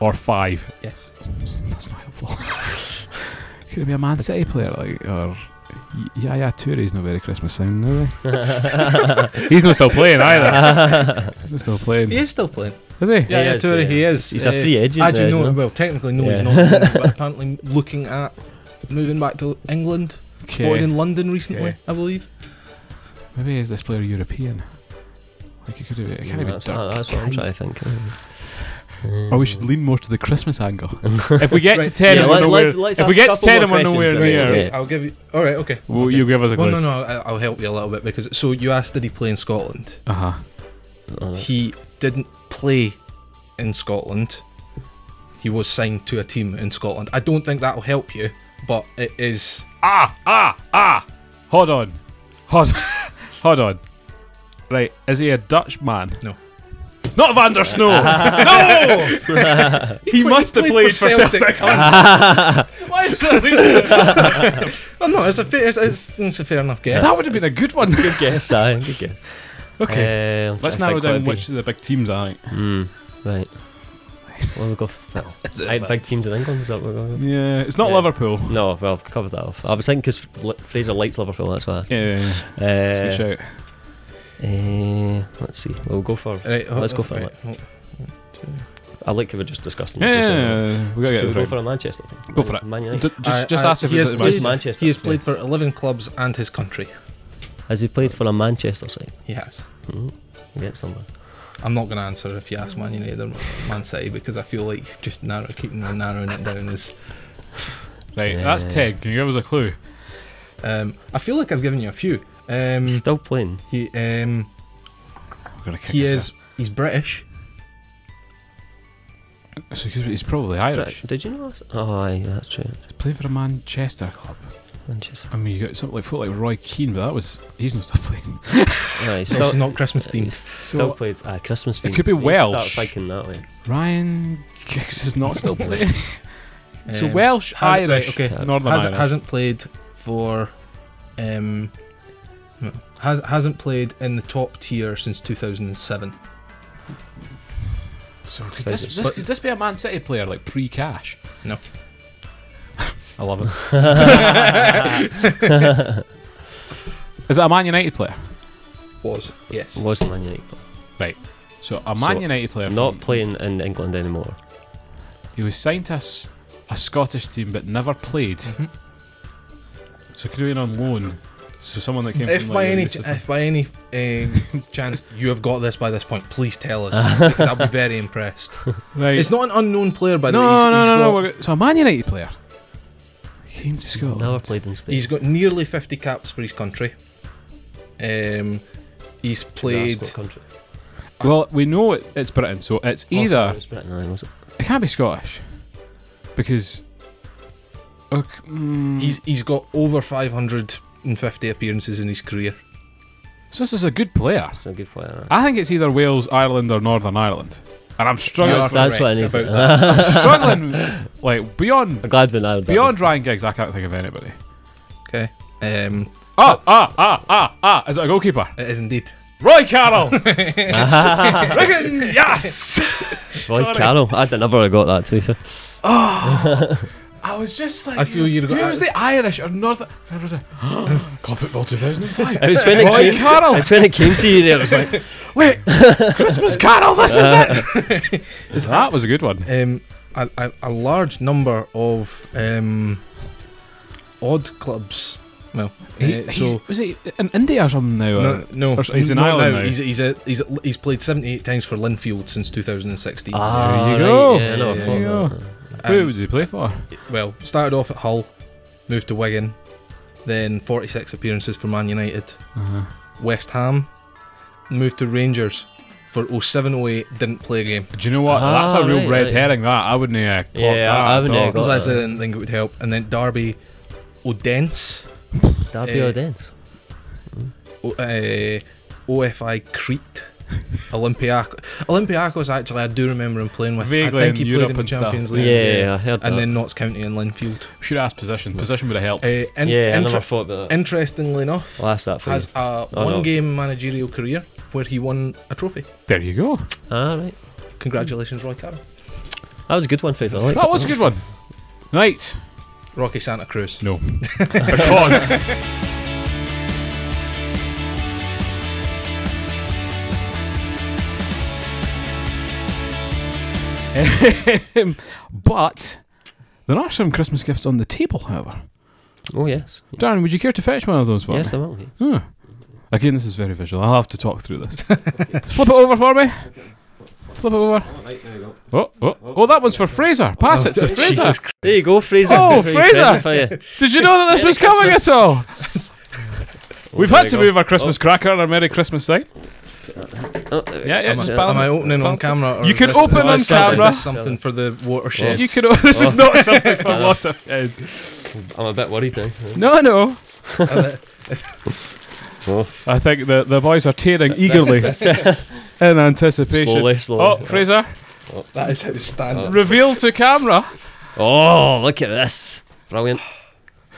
or five? Yes. That's not helpful. Could it be a Man City player, like, or yeah, yeah, Touré's not very Christmas sounding, are they? He's not still playing either. He's not still playing, He is still playing. is he? Yeah, yeah, is, Toure, yeah. he is. He's a free agent How do you there, know? isn't he? Well, technically, no, he's Yeah. not. but apparently, looking at moving back to England. Bought Okay. in London recently, Okay. I believe. Maybe is this player European? Like you could have, it can't even. that's, not- that's what I'm trying to think. of. Or we should lean more to the Christmas angle. if we get to Right. ten, Yeah, and let- we're nowhere. let's- let's if have we a get to couple ten, more and we're questions, nowhere I mean, near, yeah. I'll give you. All right, okay. will you give us a clue? Well, no, no, I- I'll help you a little bit because. So you asked, did he play in Scotland? Uh huh. Uh-huh. He didn't play in Scotland. He was signed to a team in Scotland. I don't think that'll help you, but it is. Ah, ah, ah! Hold on, hold, hold on. Right, is he a Dutch man? No. It's not Van der Snow. no, he played- must have played played for for Celtic. Celtic. Why did I leave it? Oh no, it's a fair, it's, it's, it's a fair enough guess. That would have been a good one. Good guess, aye. Good guess. okay, Uh, I'm let's trying narrow to think what down it'd be. which of the big teams I think. Hmm. Right. Well, we'll go. For eight big teams in England. Is that what we're going? With? Yeah, it's not Yeah. Liverpool. No, well, I've covered that off. I was thinking because Fraser likes Liverpool. That's why. I asked. Yeah, yeah, yeah. It's a good Uh, shout. uh, let's see. We'll go for. Right, Let's oh, go for right, it. oh, I like how we just discussed Yeah, Leeds. yeah, yeah, we gotta get Should we it go right. for a Manchester? Go for it. Man D- United. just just I- ask if he it's has at played- Manchester. Just Manchester. He has yeah. played for 11 clubs and his country. Has he played for a Manchester side? He has. Get someone. I'm not going to answer if you ask Man United or Man City because I feel like just narrow, keeping on narrowing it down is. Right, that's Ted. Can you give us a clue? Um, I feel like I've given you a few. Um, Still playing. he um, I'm gonna kick he his is he's British. ass. So he's he's probably Irish. Did you know? That? Oh, aye, that's true. He's played for a Manchester club. Manchester. I mean, you got something like folk like Roy Keane, but that was he's no stuff playing. Aye, It's still, not Christmas he's themed. still played. Aye, Christmas. It could be Welsh. Start thinking that way. Ryan Giggs is not still playing. so Um, Welsh, has- right, Irish, okay. Northern hasn't, Irish. hasn't played for um has, hasn't played in the top tier since 2007 So could this, But- this, could this be a Man City player like pre-cash? no I love him. is it a Man United player? was yes Was Man United. player. Right. So a Man So, United player. Not from- playing in England anymore. He was signed to a, s- a Scottish team but never played. Mm-hmm. So could have been on loan. So someone that came if from by like, any the system. if by any uh, chance you have got this by this point please tell us because i'll be very impressed right. it's not an unknown player by the no, way he's, no, he's no, no, got, we're go- So a Man United player came to Scotland. Never played in Spain. he's got nearly 50 caps for his country um he's played Glasgow country. Well, we know it, it's Britain, so it's Oh, it either was Britain, aye, was it? it can't be Scottish because. Ok- mm, he's he's got over 550 appearances in his career so this is a good player. It's a good player. aye. I think it's either Wales, Ireland, or Northern Ireland, and I'm struggling. That's, that's what I need. correct About I'm struggling like beyond I'm glad we nailed that. beyond Ryan Giggs. I can't think of anybody. okay um Ah, ah, ah, ah, ah! Is it a goalkeeper? It is indeed. Roy Carroll. Reckon, yes. Roy Sorry. Carroll. I'd have never got that too. I was just like, I feel you'd who got- was the Irish or North? Club football 2005. It was when it Roy came- Carroll. It's when it came to you there, it was like, Wait, Christmas Carol. This is it. that was a good one. Um, a, a, a large number of um, odd clubs. Well, He, uh, he's- so was he in India or something now? no, no, or so he's in not Ireland now. He's he's, a, he's, a, he's played 78 times for Linfield since 2016. There ah, you right, go. Yeah, no, I There thought you that. Um, Who would he play for? Well, started off at Hull, moved to Wigan, then 46 appearances for Man United, Uh-huh. West Ham, moved to Rangers for 0708 didn't play a game. Do you know what? Ah, That's a real right, red right. herring. That I wouldn't uh, clock Yeah, that I at wouldn't, uh, all. That's got why I said that. I didn't think it would help. And then Derby, Odense, Derby Eh, Odense. O- uh, OFI Crete, Olympiacos. Olympiacos, actually, I do remember him playing with. Vaguely I think he in played Europe in the and stuff. Champions Yeah, League. I heard that. And then Notts County and Linfield. Should ask position. Position would have helped. Uh, in- yeah, I never inter- thought about that. interestingly enough, I'll ask that for you. has a no. one game managerial career where he won a trophy. there you go. Ah, right. Congratulations, Roy Carroll. That was a good one, Faisal. I like That was a good one. Right. Rocky Santa Cruz. No. because. Um, but there are some Christmas gifts on the table, however. Oh, yes. Darren, would you care to fetch one of those for Yes, I me? will. Huh. Again, this is very visual. I'll have to talk through this. Flip it over for me. Flip it over. Oh, oh, oh, that one's for Fraser. Pass it to Fraser. There you go, Fraser. Oh, Here's your Fraser! present for you. Did you know that this Merry was coming at all? We've there had you to go. move our Christmas cracker and our Merry Christmas sign. Oh, there we Yeah, go. yeah, Am, just I, balance am I it, opening on balance it. camera? Or You is can this, open is on this some- camera. Is this something for the watershed? You can. o- This Oh. is not something for water. I'm a bit worried now. No, no. Oh. I think the the boys are tearing eagerly in anticipation. Slowly, slowly. Oh, Fraser, that is outstanding. reveal to camera. Oh, look at this. Brilliant.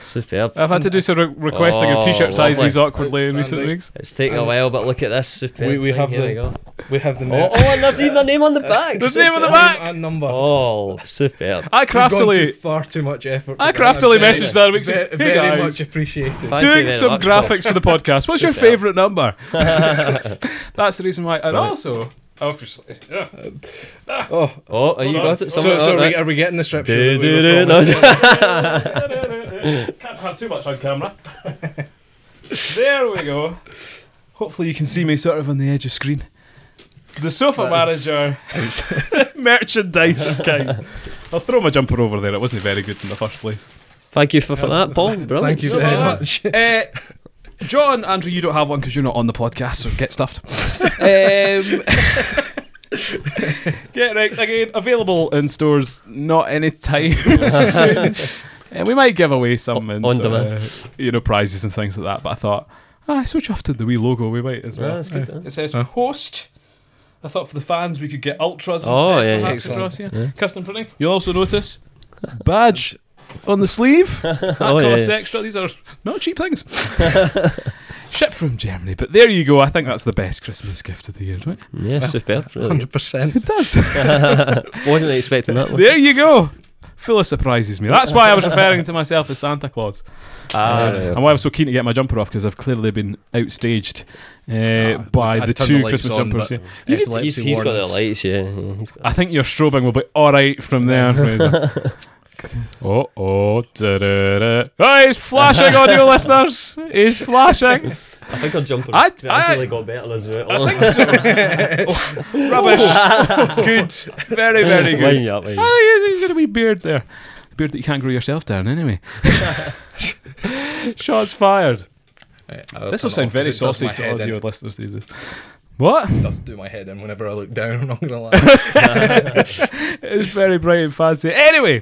Superb. I've had to do some re- requesting of Oh, t-shirt lovely. sizes awkwardly in recent Outstanding. weeks. It's taken a while, but look at this. Superb. We- we thing. have Here the- we go. We have them Oh, now. oh, and there's even a name on the back. There's name on the back. And number. Oh, superb. I You've gone to craftily far too much effort. I craftily Very- messaged that week saying, Very, "Hey, very guys." much appreciated. Thank you doing very some much, Paul. graphics for the podcast. What's your Superb. favourite number? That's the reason why. And also, Obviously. Yeah. Oh, Oh, are you Hold on. got it? so, Someone- so oh, are, right. we, are we getting the strip show? Do, that we were do, do. No, promised? Can't have too much on camera. there we go. Hopefully you can see me sort of on the edge of screen. The sofa That is- manager merchandise of kind. I'll throw my jumper over there. It wasn't very good in the first place. Thank you for, for that, Paul. Brilliant. Thank you So very that- much. Uh, John, Andrew, you don't have one because you're not on the podcast, so get stuffed. um, get right again. Available in stores, not anytime soon. And we might give away some in, On sort of, demand. you know, prizes and things like that. But I thought, ah, switch off to the wee logo. We might as Yeah, well. Uh, that's good, huh? It says host. I thought for the fans we could get ultras. instead, Oh, yeah, yeah. perhaps, Excellent. across here. Custom printing. You'll also notice badge on the sleeve. That Oh, yeah, cost yeah. extra. These are not cheap things. Shipped from Germany, but there you go. I think that's the best Christmas gift of the year, right? Yeah, superb. Really good. 100%. Wasn't expecting that one. There you go. Full of surprises, me. That's why I was referring to myself as Santa Claus, Ah, Uh, right, and why I'm so keen to get my jumper off because I've clearly been outstaged uh, by Ah, I the turned two the lights Christmas on, jumpers. yeah. but You He's- he's- he's got the warnings. lights, yeah. yeah, he's got- I think your strobing will be all right from there. uh, oh, oh, da-da-da. oh, he's flashing, audio listeners. He's flashing. I think our jumper Oh, I- actually I- got better as well. Rubbish. good. Very, very good. Line you up, line you up. Oh, he's, he's got a wee beard there. A beard that you can't grow yourself down, anyway. Shots fired. I'll This will turn sound it off very 'cause it does saucy my to head in. audio listeners these days. What? It does do my head in whenever I look down, I'm not going to lie. It's very bright and fancy. Anyway,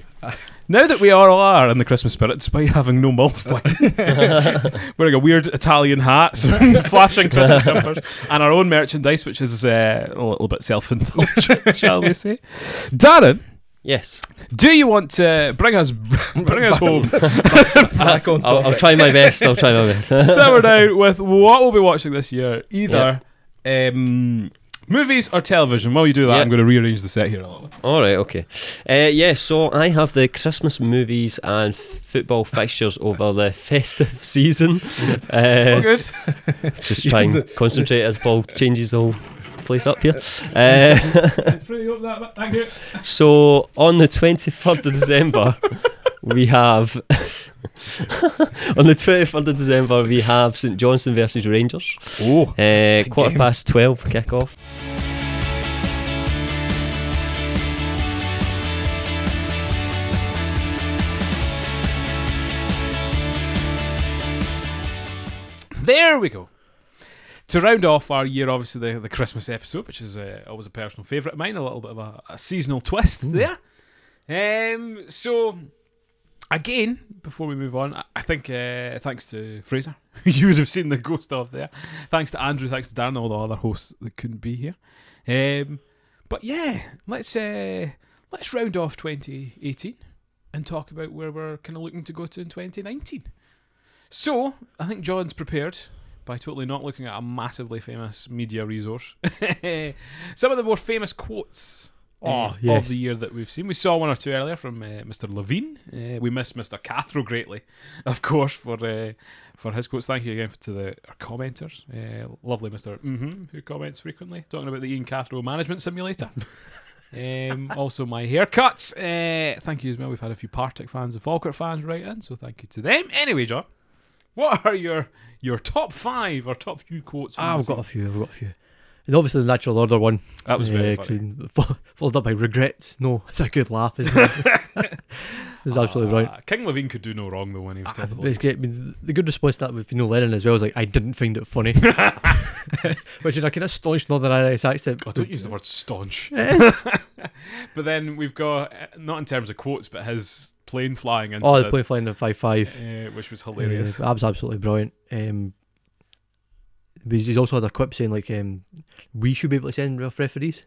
now that we all are in the Christmas spirit, despite having no malt wine, wearing a weird Italian hat, some flashing Christmas jumpers, and our own merchandise, which is uh, a little bit self-indulgent, shall we say? Darren, Yes. do you want to bring us bring us home, Back on I'll, I'll topic. try my best. I'll try my best. sour down with what we'll be watching this year? Either um, movies or television. While you do that, Yeah. I'm going to rearrange the set here a little. bit. All right, okay. Uh, yeah, so I have the Christmas movies and football fixtures over the festive season. All Uh, good. just try and concentrate as Paul changes the whole place up here. Uh, Pretty up that. Thank you. so on the 23rd of December, we have. on the 23rd of December, we have St Johnson versus Rangers. Oh, Uh, quarter past 12 kick off. There we go. To round off our year, obviously the, the Christmas episode, which is uh, always a personal favourite of mine, a little bit of a, a seasonal twist there. Um, so again, before we move on, I, I think uh, thanks to Fraser, who you would have seen the ghost of there. Thanks to Andrew, thanks to Darren, all the other hosts that couldn't be here. Um, but yeah, let's uh, let's round off 2018 and talk about where we're kind of looking to go to in 2019. So, I think John's prepared by totally not looking at a massively famous media resource. Some of the more famous quotes uh, Oh, yes. of the year that we've seen. We saw one or two earlier from uh, Mr. Levine. Uh, we missed Mr. Cathro greatly, of course, for uh, for his quotes. Thank you again to the our commenters. Uh, lovely Mr. hmm who comments frequently, talking about the Ian Cathro management simulator. Um, also, my haircuts. Uh, thank you as well. We've had a few Partick fans and Falkirk fans right in, so thank you to them. Anyway, John, what are your your top five or top few quotes? From Ah, the I've got a season? few. I've got a few. And obviously, the natural order one. That was uh, very funny. clean- fo- followed up by regret. No, it's a good laugh, isn't it? it's absolutely right. Ah, Ah, King Levine could do no wrong though when he was top of the It's league. great. I mean, the good response to that would be no Lennon as well. Is like I didn't find it funny, which in a kind of staunch Northern Irish accent. Oh, don't use the word staunch. but then we've got uh, not in terms of quotes, but his plane flying incident, Oh, the plane flying the five five. uh, which was hilarious. Yeah, abs absolutely brilliant. Um, but he's he's also had a quip saying like um, we should be able to send ref referees.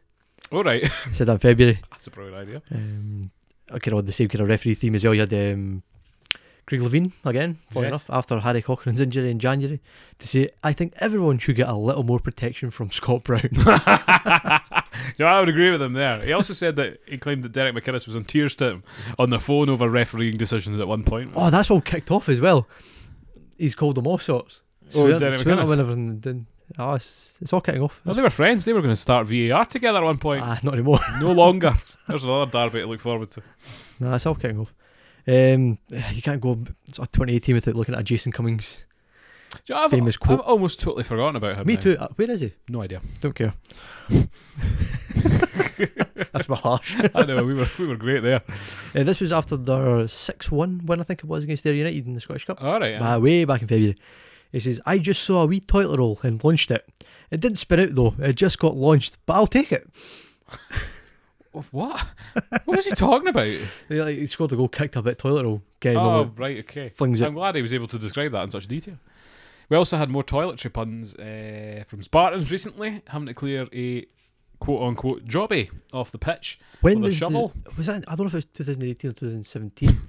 All right, He said that in February. that's a brilliant idea. Um, I kind of the same kind of referee theme as well. You had um, Craig Levine again, funny Yes. enough, after Harry Cochran's injury in January, to say I think everyone should get a little more protection from Scott Brown. No, I would agree with him there. He also said that he claimed that Derek McInnes was in tears to him on the phone over refereeing decisions at one point. oh, that's all kicked off as well. He's called them all sorts. Oh, Swear- Derek swear to McInnes. whenever and then- oh, it's, it's all kicking off. Well, they were friends. They were going to start VAR together at one point. Ah, not anymore. No longer. There's another derby to look forward to. no, it's all kicking off. Um, you can't go it's a 2018 without looking at Jason Cummings. Do you know, I've, Famous quote. I've almost totally forgotten about him. Me now. too. Uh, Where is he? No idea. Don't care. That's my harsh. I know we were we were great there. Uh, this was after their 6 1 win, I think it was, against their United in the Scottish Cup. All right. By way back in February. He says, I just saw a wee toilet roll and launched it. It didn't spin out though, it just got launched, but I'll take it. What? What was he talking about? He, like, he scored the goal, kicked a bit toilet roll, getting Oh, over it. right, okay. flings it. I'm glad he was able to describe that in such detail. We also had more toiletry puns uh, from Spartans recently, having to clear a quote unquote jobby off the pitch with a was shovel. The, was that, I don't know if it was 2018 or 2017.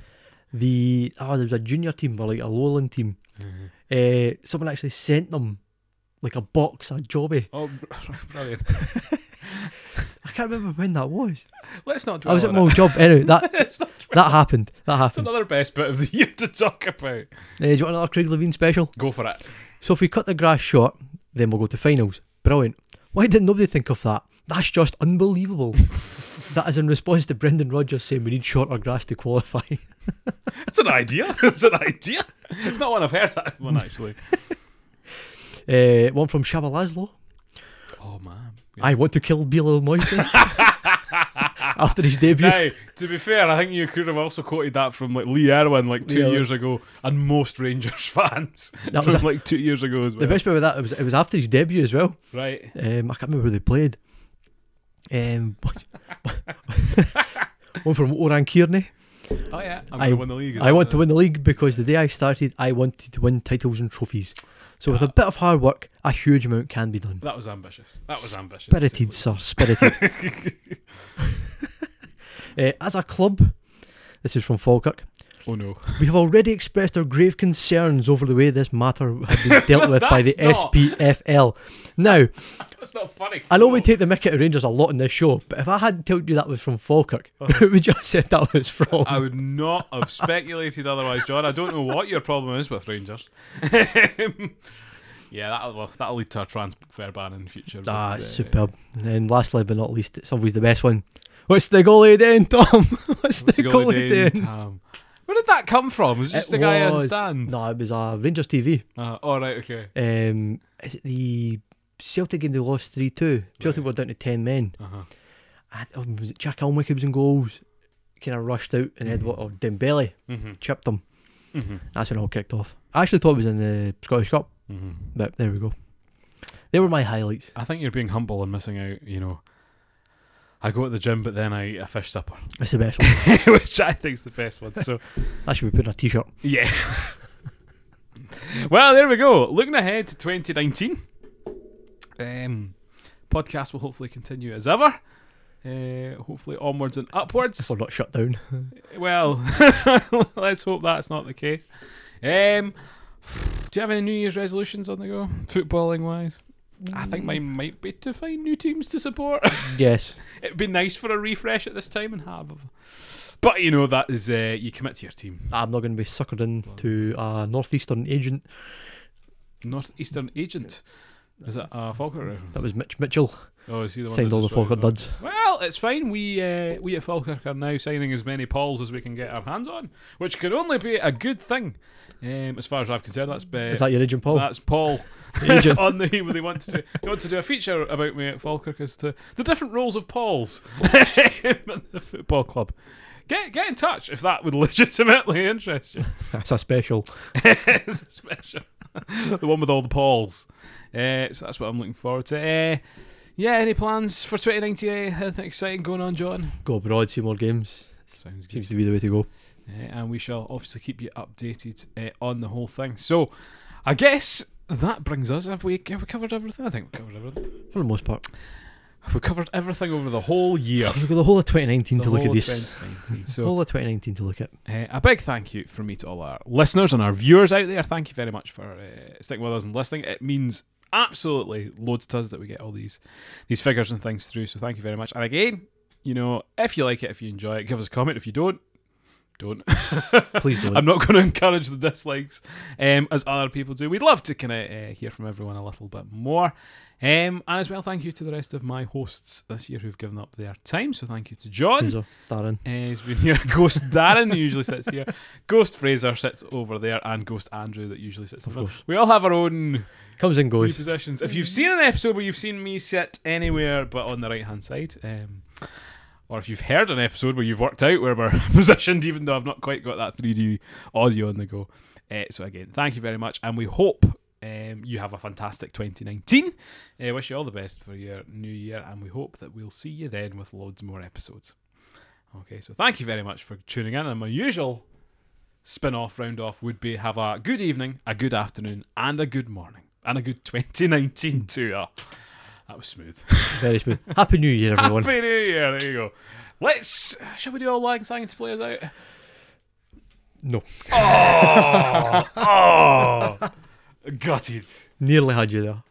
the oh, there was a junior team or like a lowland team. Mm-hmm. Uh, someone actually sent them like a box, a jobby. Oh, brilliant. I can't remember when that was. Let's not dwell I was at on my it. old job anyway. That Let's not dwell- that happened. That It's happened. Uh, another best bit of the year to talk about. do you want another Craig Levine special? Go for it. So if we cut the grass short, then we'll go to finals. Brilliant. Why did nobody think of that? That's just unbelievable. that is in response to Brendan Rodgers saying we need shorter grass to qualify. It's an idea. It's an idea. It's not one I've heard that one actually. Uh, one from Shabba Laszlo. Oh man. I want to kill Bilal Moyster after his debut. Now, to be fair, I think you could have also quoted that from like Lee Irwin like two Yeah. years ago, and most Rangers fans That was from a- like two years ago as well. The best part of that it was it was after his debut as well. Right. Um, I can't remember who they played. Um, one from Oran Kearney. Oh yeah. I'm I- gonna win the league. is I that want to it? win the league because the day I started, I wanted to win titles and trophies. So with a bit of hard work, a huge amount can be done. Ah. That was ambitious. That was ambitious. to say the Spirited, least. sir, spirited. Uh, as a club, this is from Falkirk. Oh no. We have already expressed our grave concerns over the way this matter had been dealt with by the That's not- SPFL. Now, That's not funny. I know we No. take the mick at Rangers a lot in this show, but if I hadn't told you that was from Falkirk, who would you have said that was from? Uh-huh. I would not have speculated otherwise, John. I don't know what your problem is with Rangers. yeah, that'll well, that'll lead to a transfer ban in the future. but, ah, it's uh, superb. And lastly but not least, it's always the best one. What's the goalie then, Tom? What's, what's the he got goalie with Dane then? Tam? Where did that come from? Was it just It a guy on was- a stand? No, it was uh, Rangers TV. Uh, all right, okay. Um, is it the Celtic game they lost 3 2? Celtic Right. were down to 10 men. Uh-huh. And, um, was it Jack Elmick who was in goals? Kind of rushed out and Edward Mm-hmm. or Dembele Mhm. chipped him. Mhm. That's when it all kicked off. I actually thought it was in the Scottish Cup, Mhm. but there we go. They were my highlights. I think you're being humble and missing out. You know, I go to the gym, but then I eat a fish supper, That's the best one. which I think's the best one. So That should be put in a t shirt. yeah. well, there we go. Looking ahead to 2019, um, podcast will hopefully continue as ever. Uh, hopefully onwards and upwards. If we're not shut down. Well, let's hope that's not the case. Um, do you have any New Year's resolutions on the go, footballing wise? I think mine Mm. might be to find new teams to support. yes. It'd be nice for a refresh at this time and have. a- But you know that is uh, you commit to your team. I'm not going to be suckered in to a Northeastern agent. Northeastern agent. Is that a Falkirk? reference? That was Mitch Mitchell. Oh, is he the one? Signed that all the destroyed Falkirk Falkirk? duds. Well, it's fine. We uh, we at Falkirk are now signing as many Pauls as we can get our hands on, which can only be a good thing. Um, as far as I'm concerned, that's uh, Is that your agent, Paul? That's Paul Agent. on the he they want to do. They want to do a feature about me at Falkirk as to the different roles of Pauls at the football club. Get get in touch if that would legitimately interest you. That's a special. it's a special. the one with all the Pauls. Uh, so that's what I'm looking forward to. Uh, yeah, any plans for 2019? Anything exciting going on, John? Go abroad, see more games. Sounds good. Seems to be the way to go. Uh, and we shall obviously keep you updated uh, on the whole thing. So, I guess that brings us. Have we, have we covered everything? I think we've covered everything. For the most part. We've covered everything over the whole year. We've got the whole of 2019 The to look whole at of this. 2019. The So, whole of 2019 to look at. uh, a big thank you from me to all our listeners and our viewers out there. Thank you very much for uh, sticking with us and listening. It means absolutely loads to us that we get all these these figures and things through. So, thank you very much. And again, you know, if you like it, if you enjoy it, give us a comment. If you don't, Don't. Please don't. I'm not going to encourage the dislikes um, as other people do. We'd love to kind of uh, hear from everyone a little bit more. Um, and as well, thank you to the rest of my hosts this year who've given up their time. So thank you to John. Who's off? Darren. Uh, he's been here. Ghost Darren, who usually sits here. Ghost Fraser sits over there. And Ghost Andrew, that usually sits over there. course. We all have our own Comes and goes. repossessions. If you've seen an episode where you've seen me sit anywhere but on the right hand side, um, or if you've heard an episode where you've worked out where we're positioned, even though I've not quite got that 3D audio on the go. Uh, so, again, thank you very much, and we hope. Um, you have a fantastic 2019. Uh, wish you all the best for your new year, and we hope that we'll see you then with loads more episodes. Okay, so thank you very much for tuning in. And my usual spin off round off would be have a good evening, a good afternoon, and a good morning, and a good 2019 to you. Ah, That was smooth. Very smooth. Happy New Year, everyone. Happy New Year. eh, There you go. Let's. Shall we do all like singing to play us out? No. Oh, got it. Nearly had you there.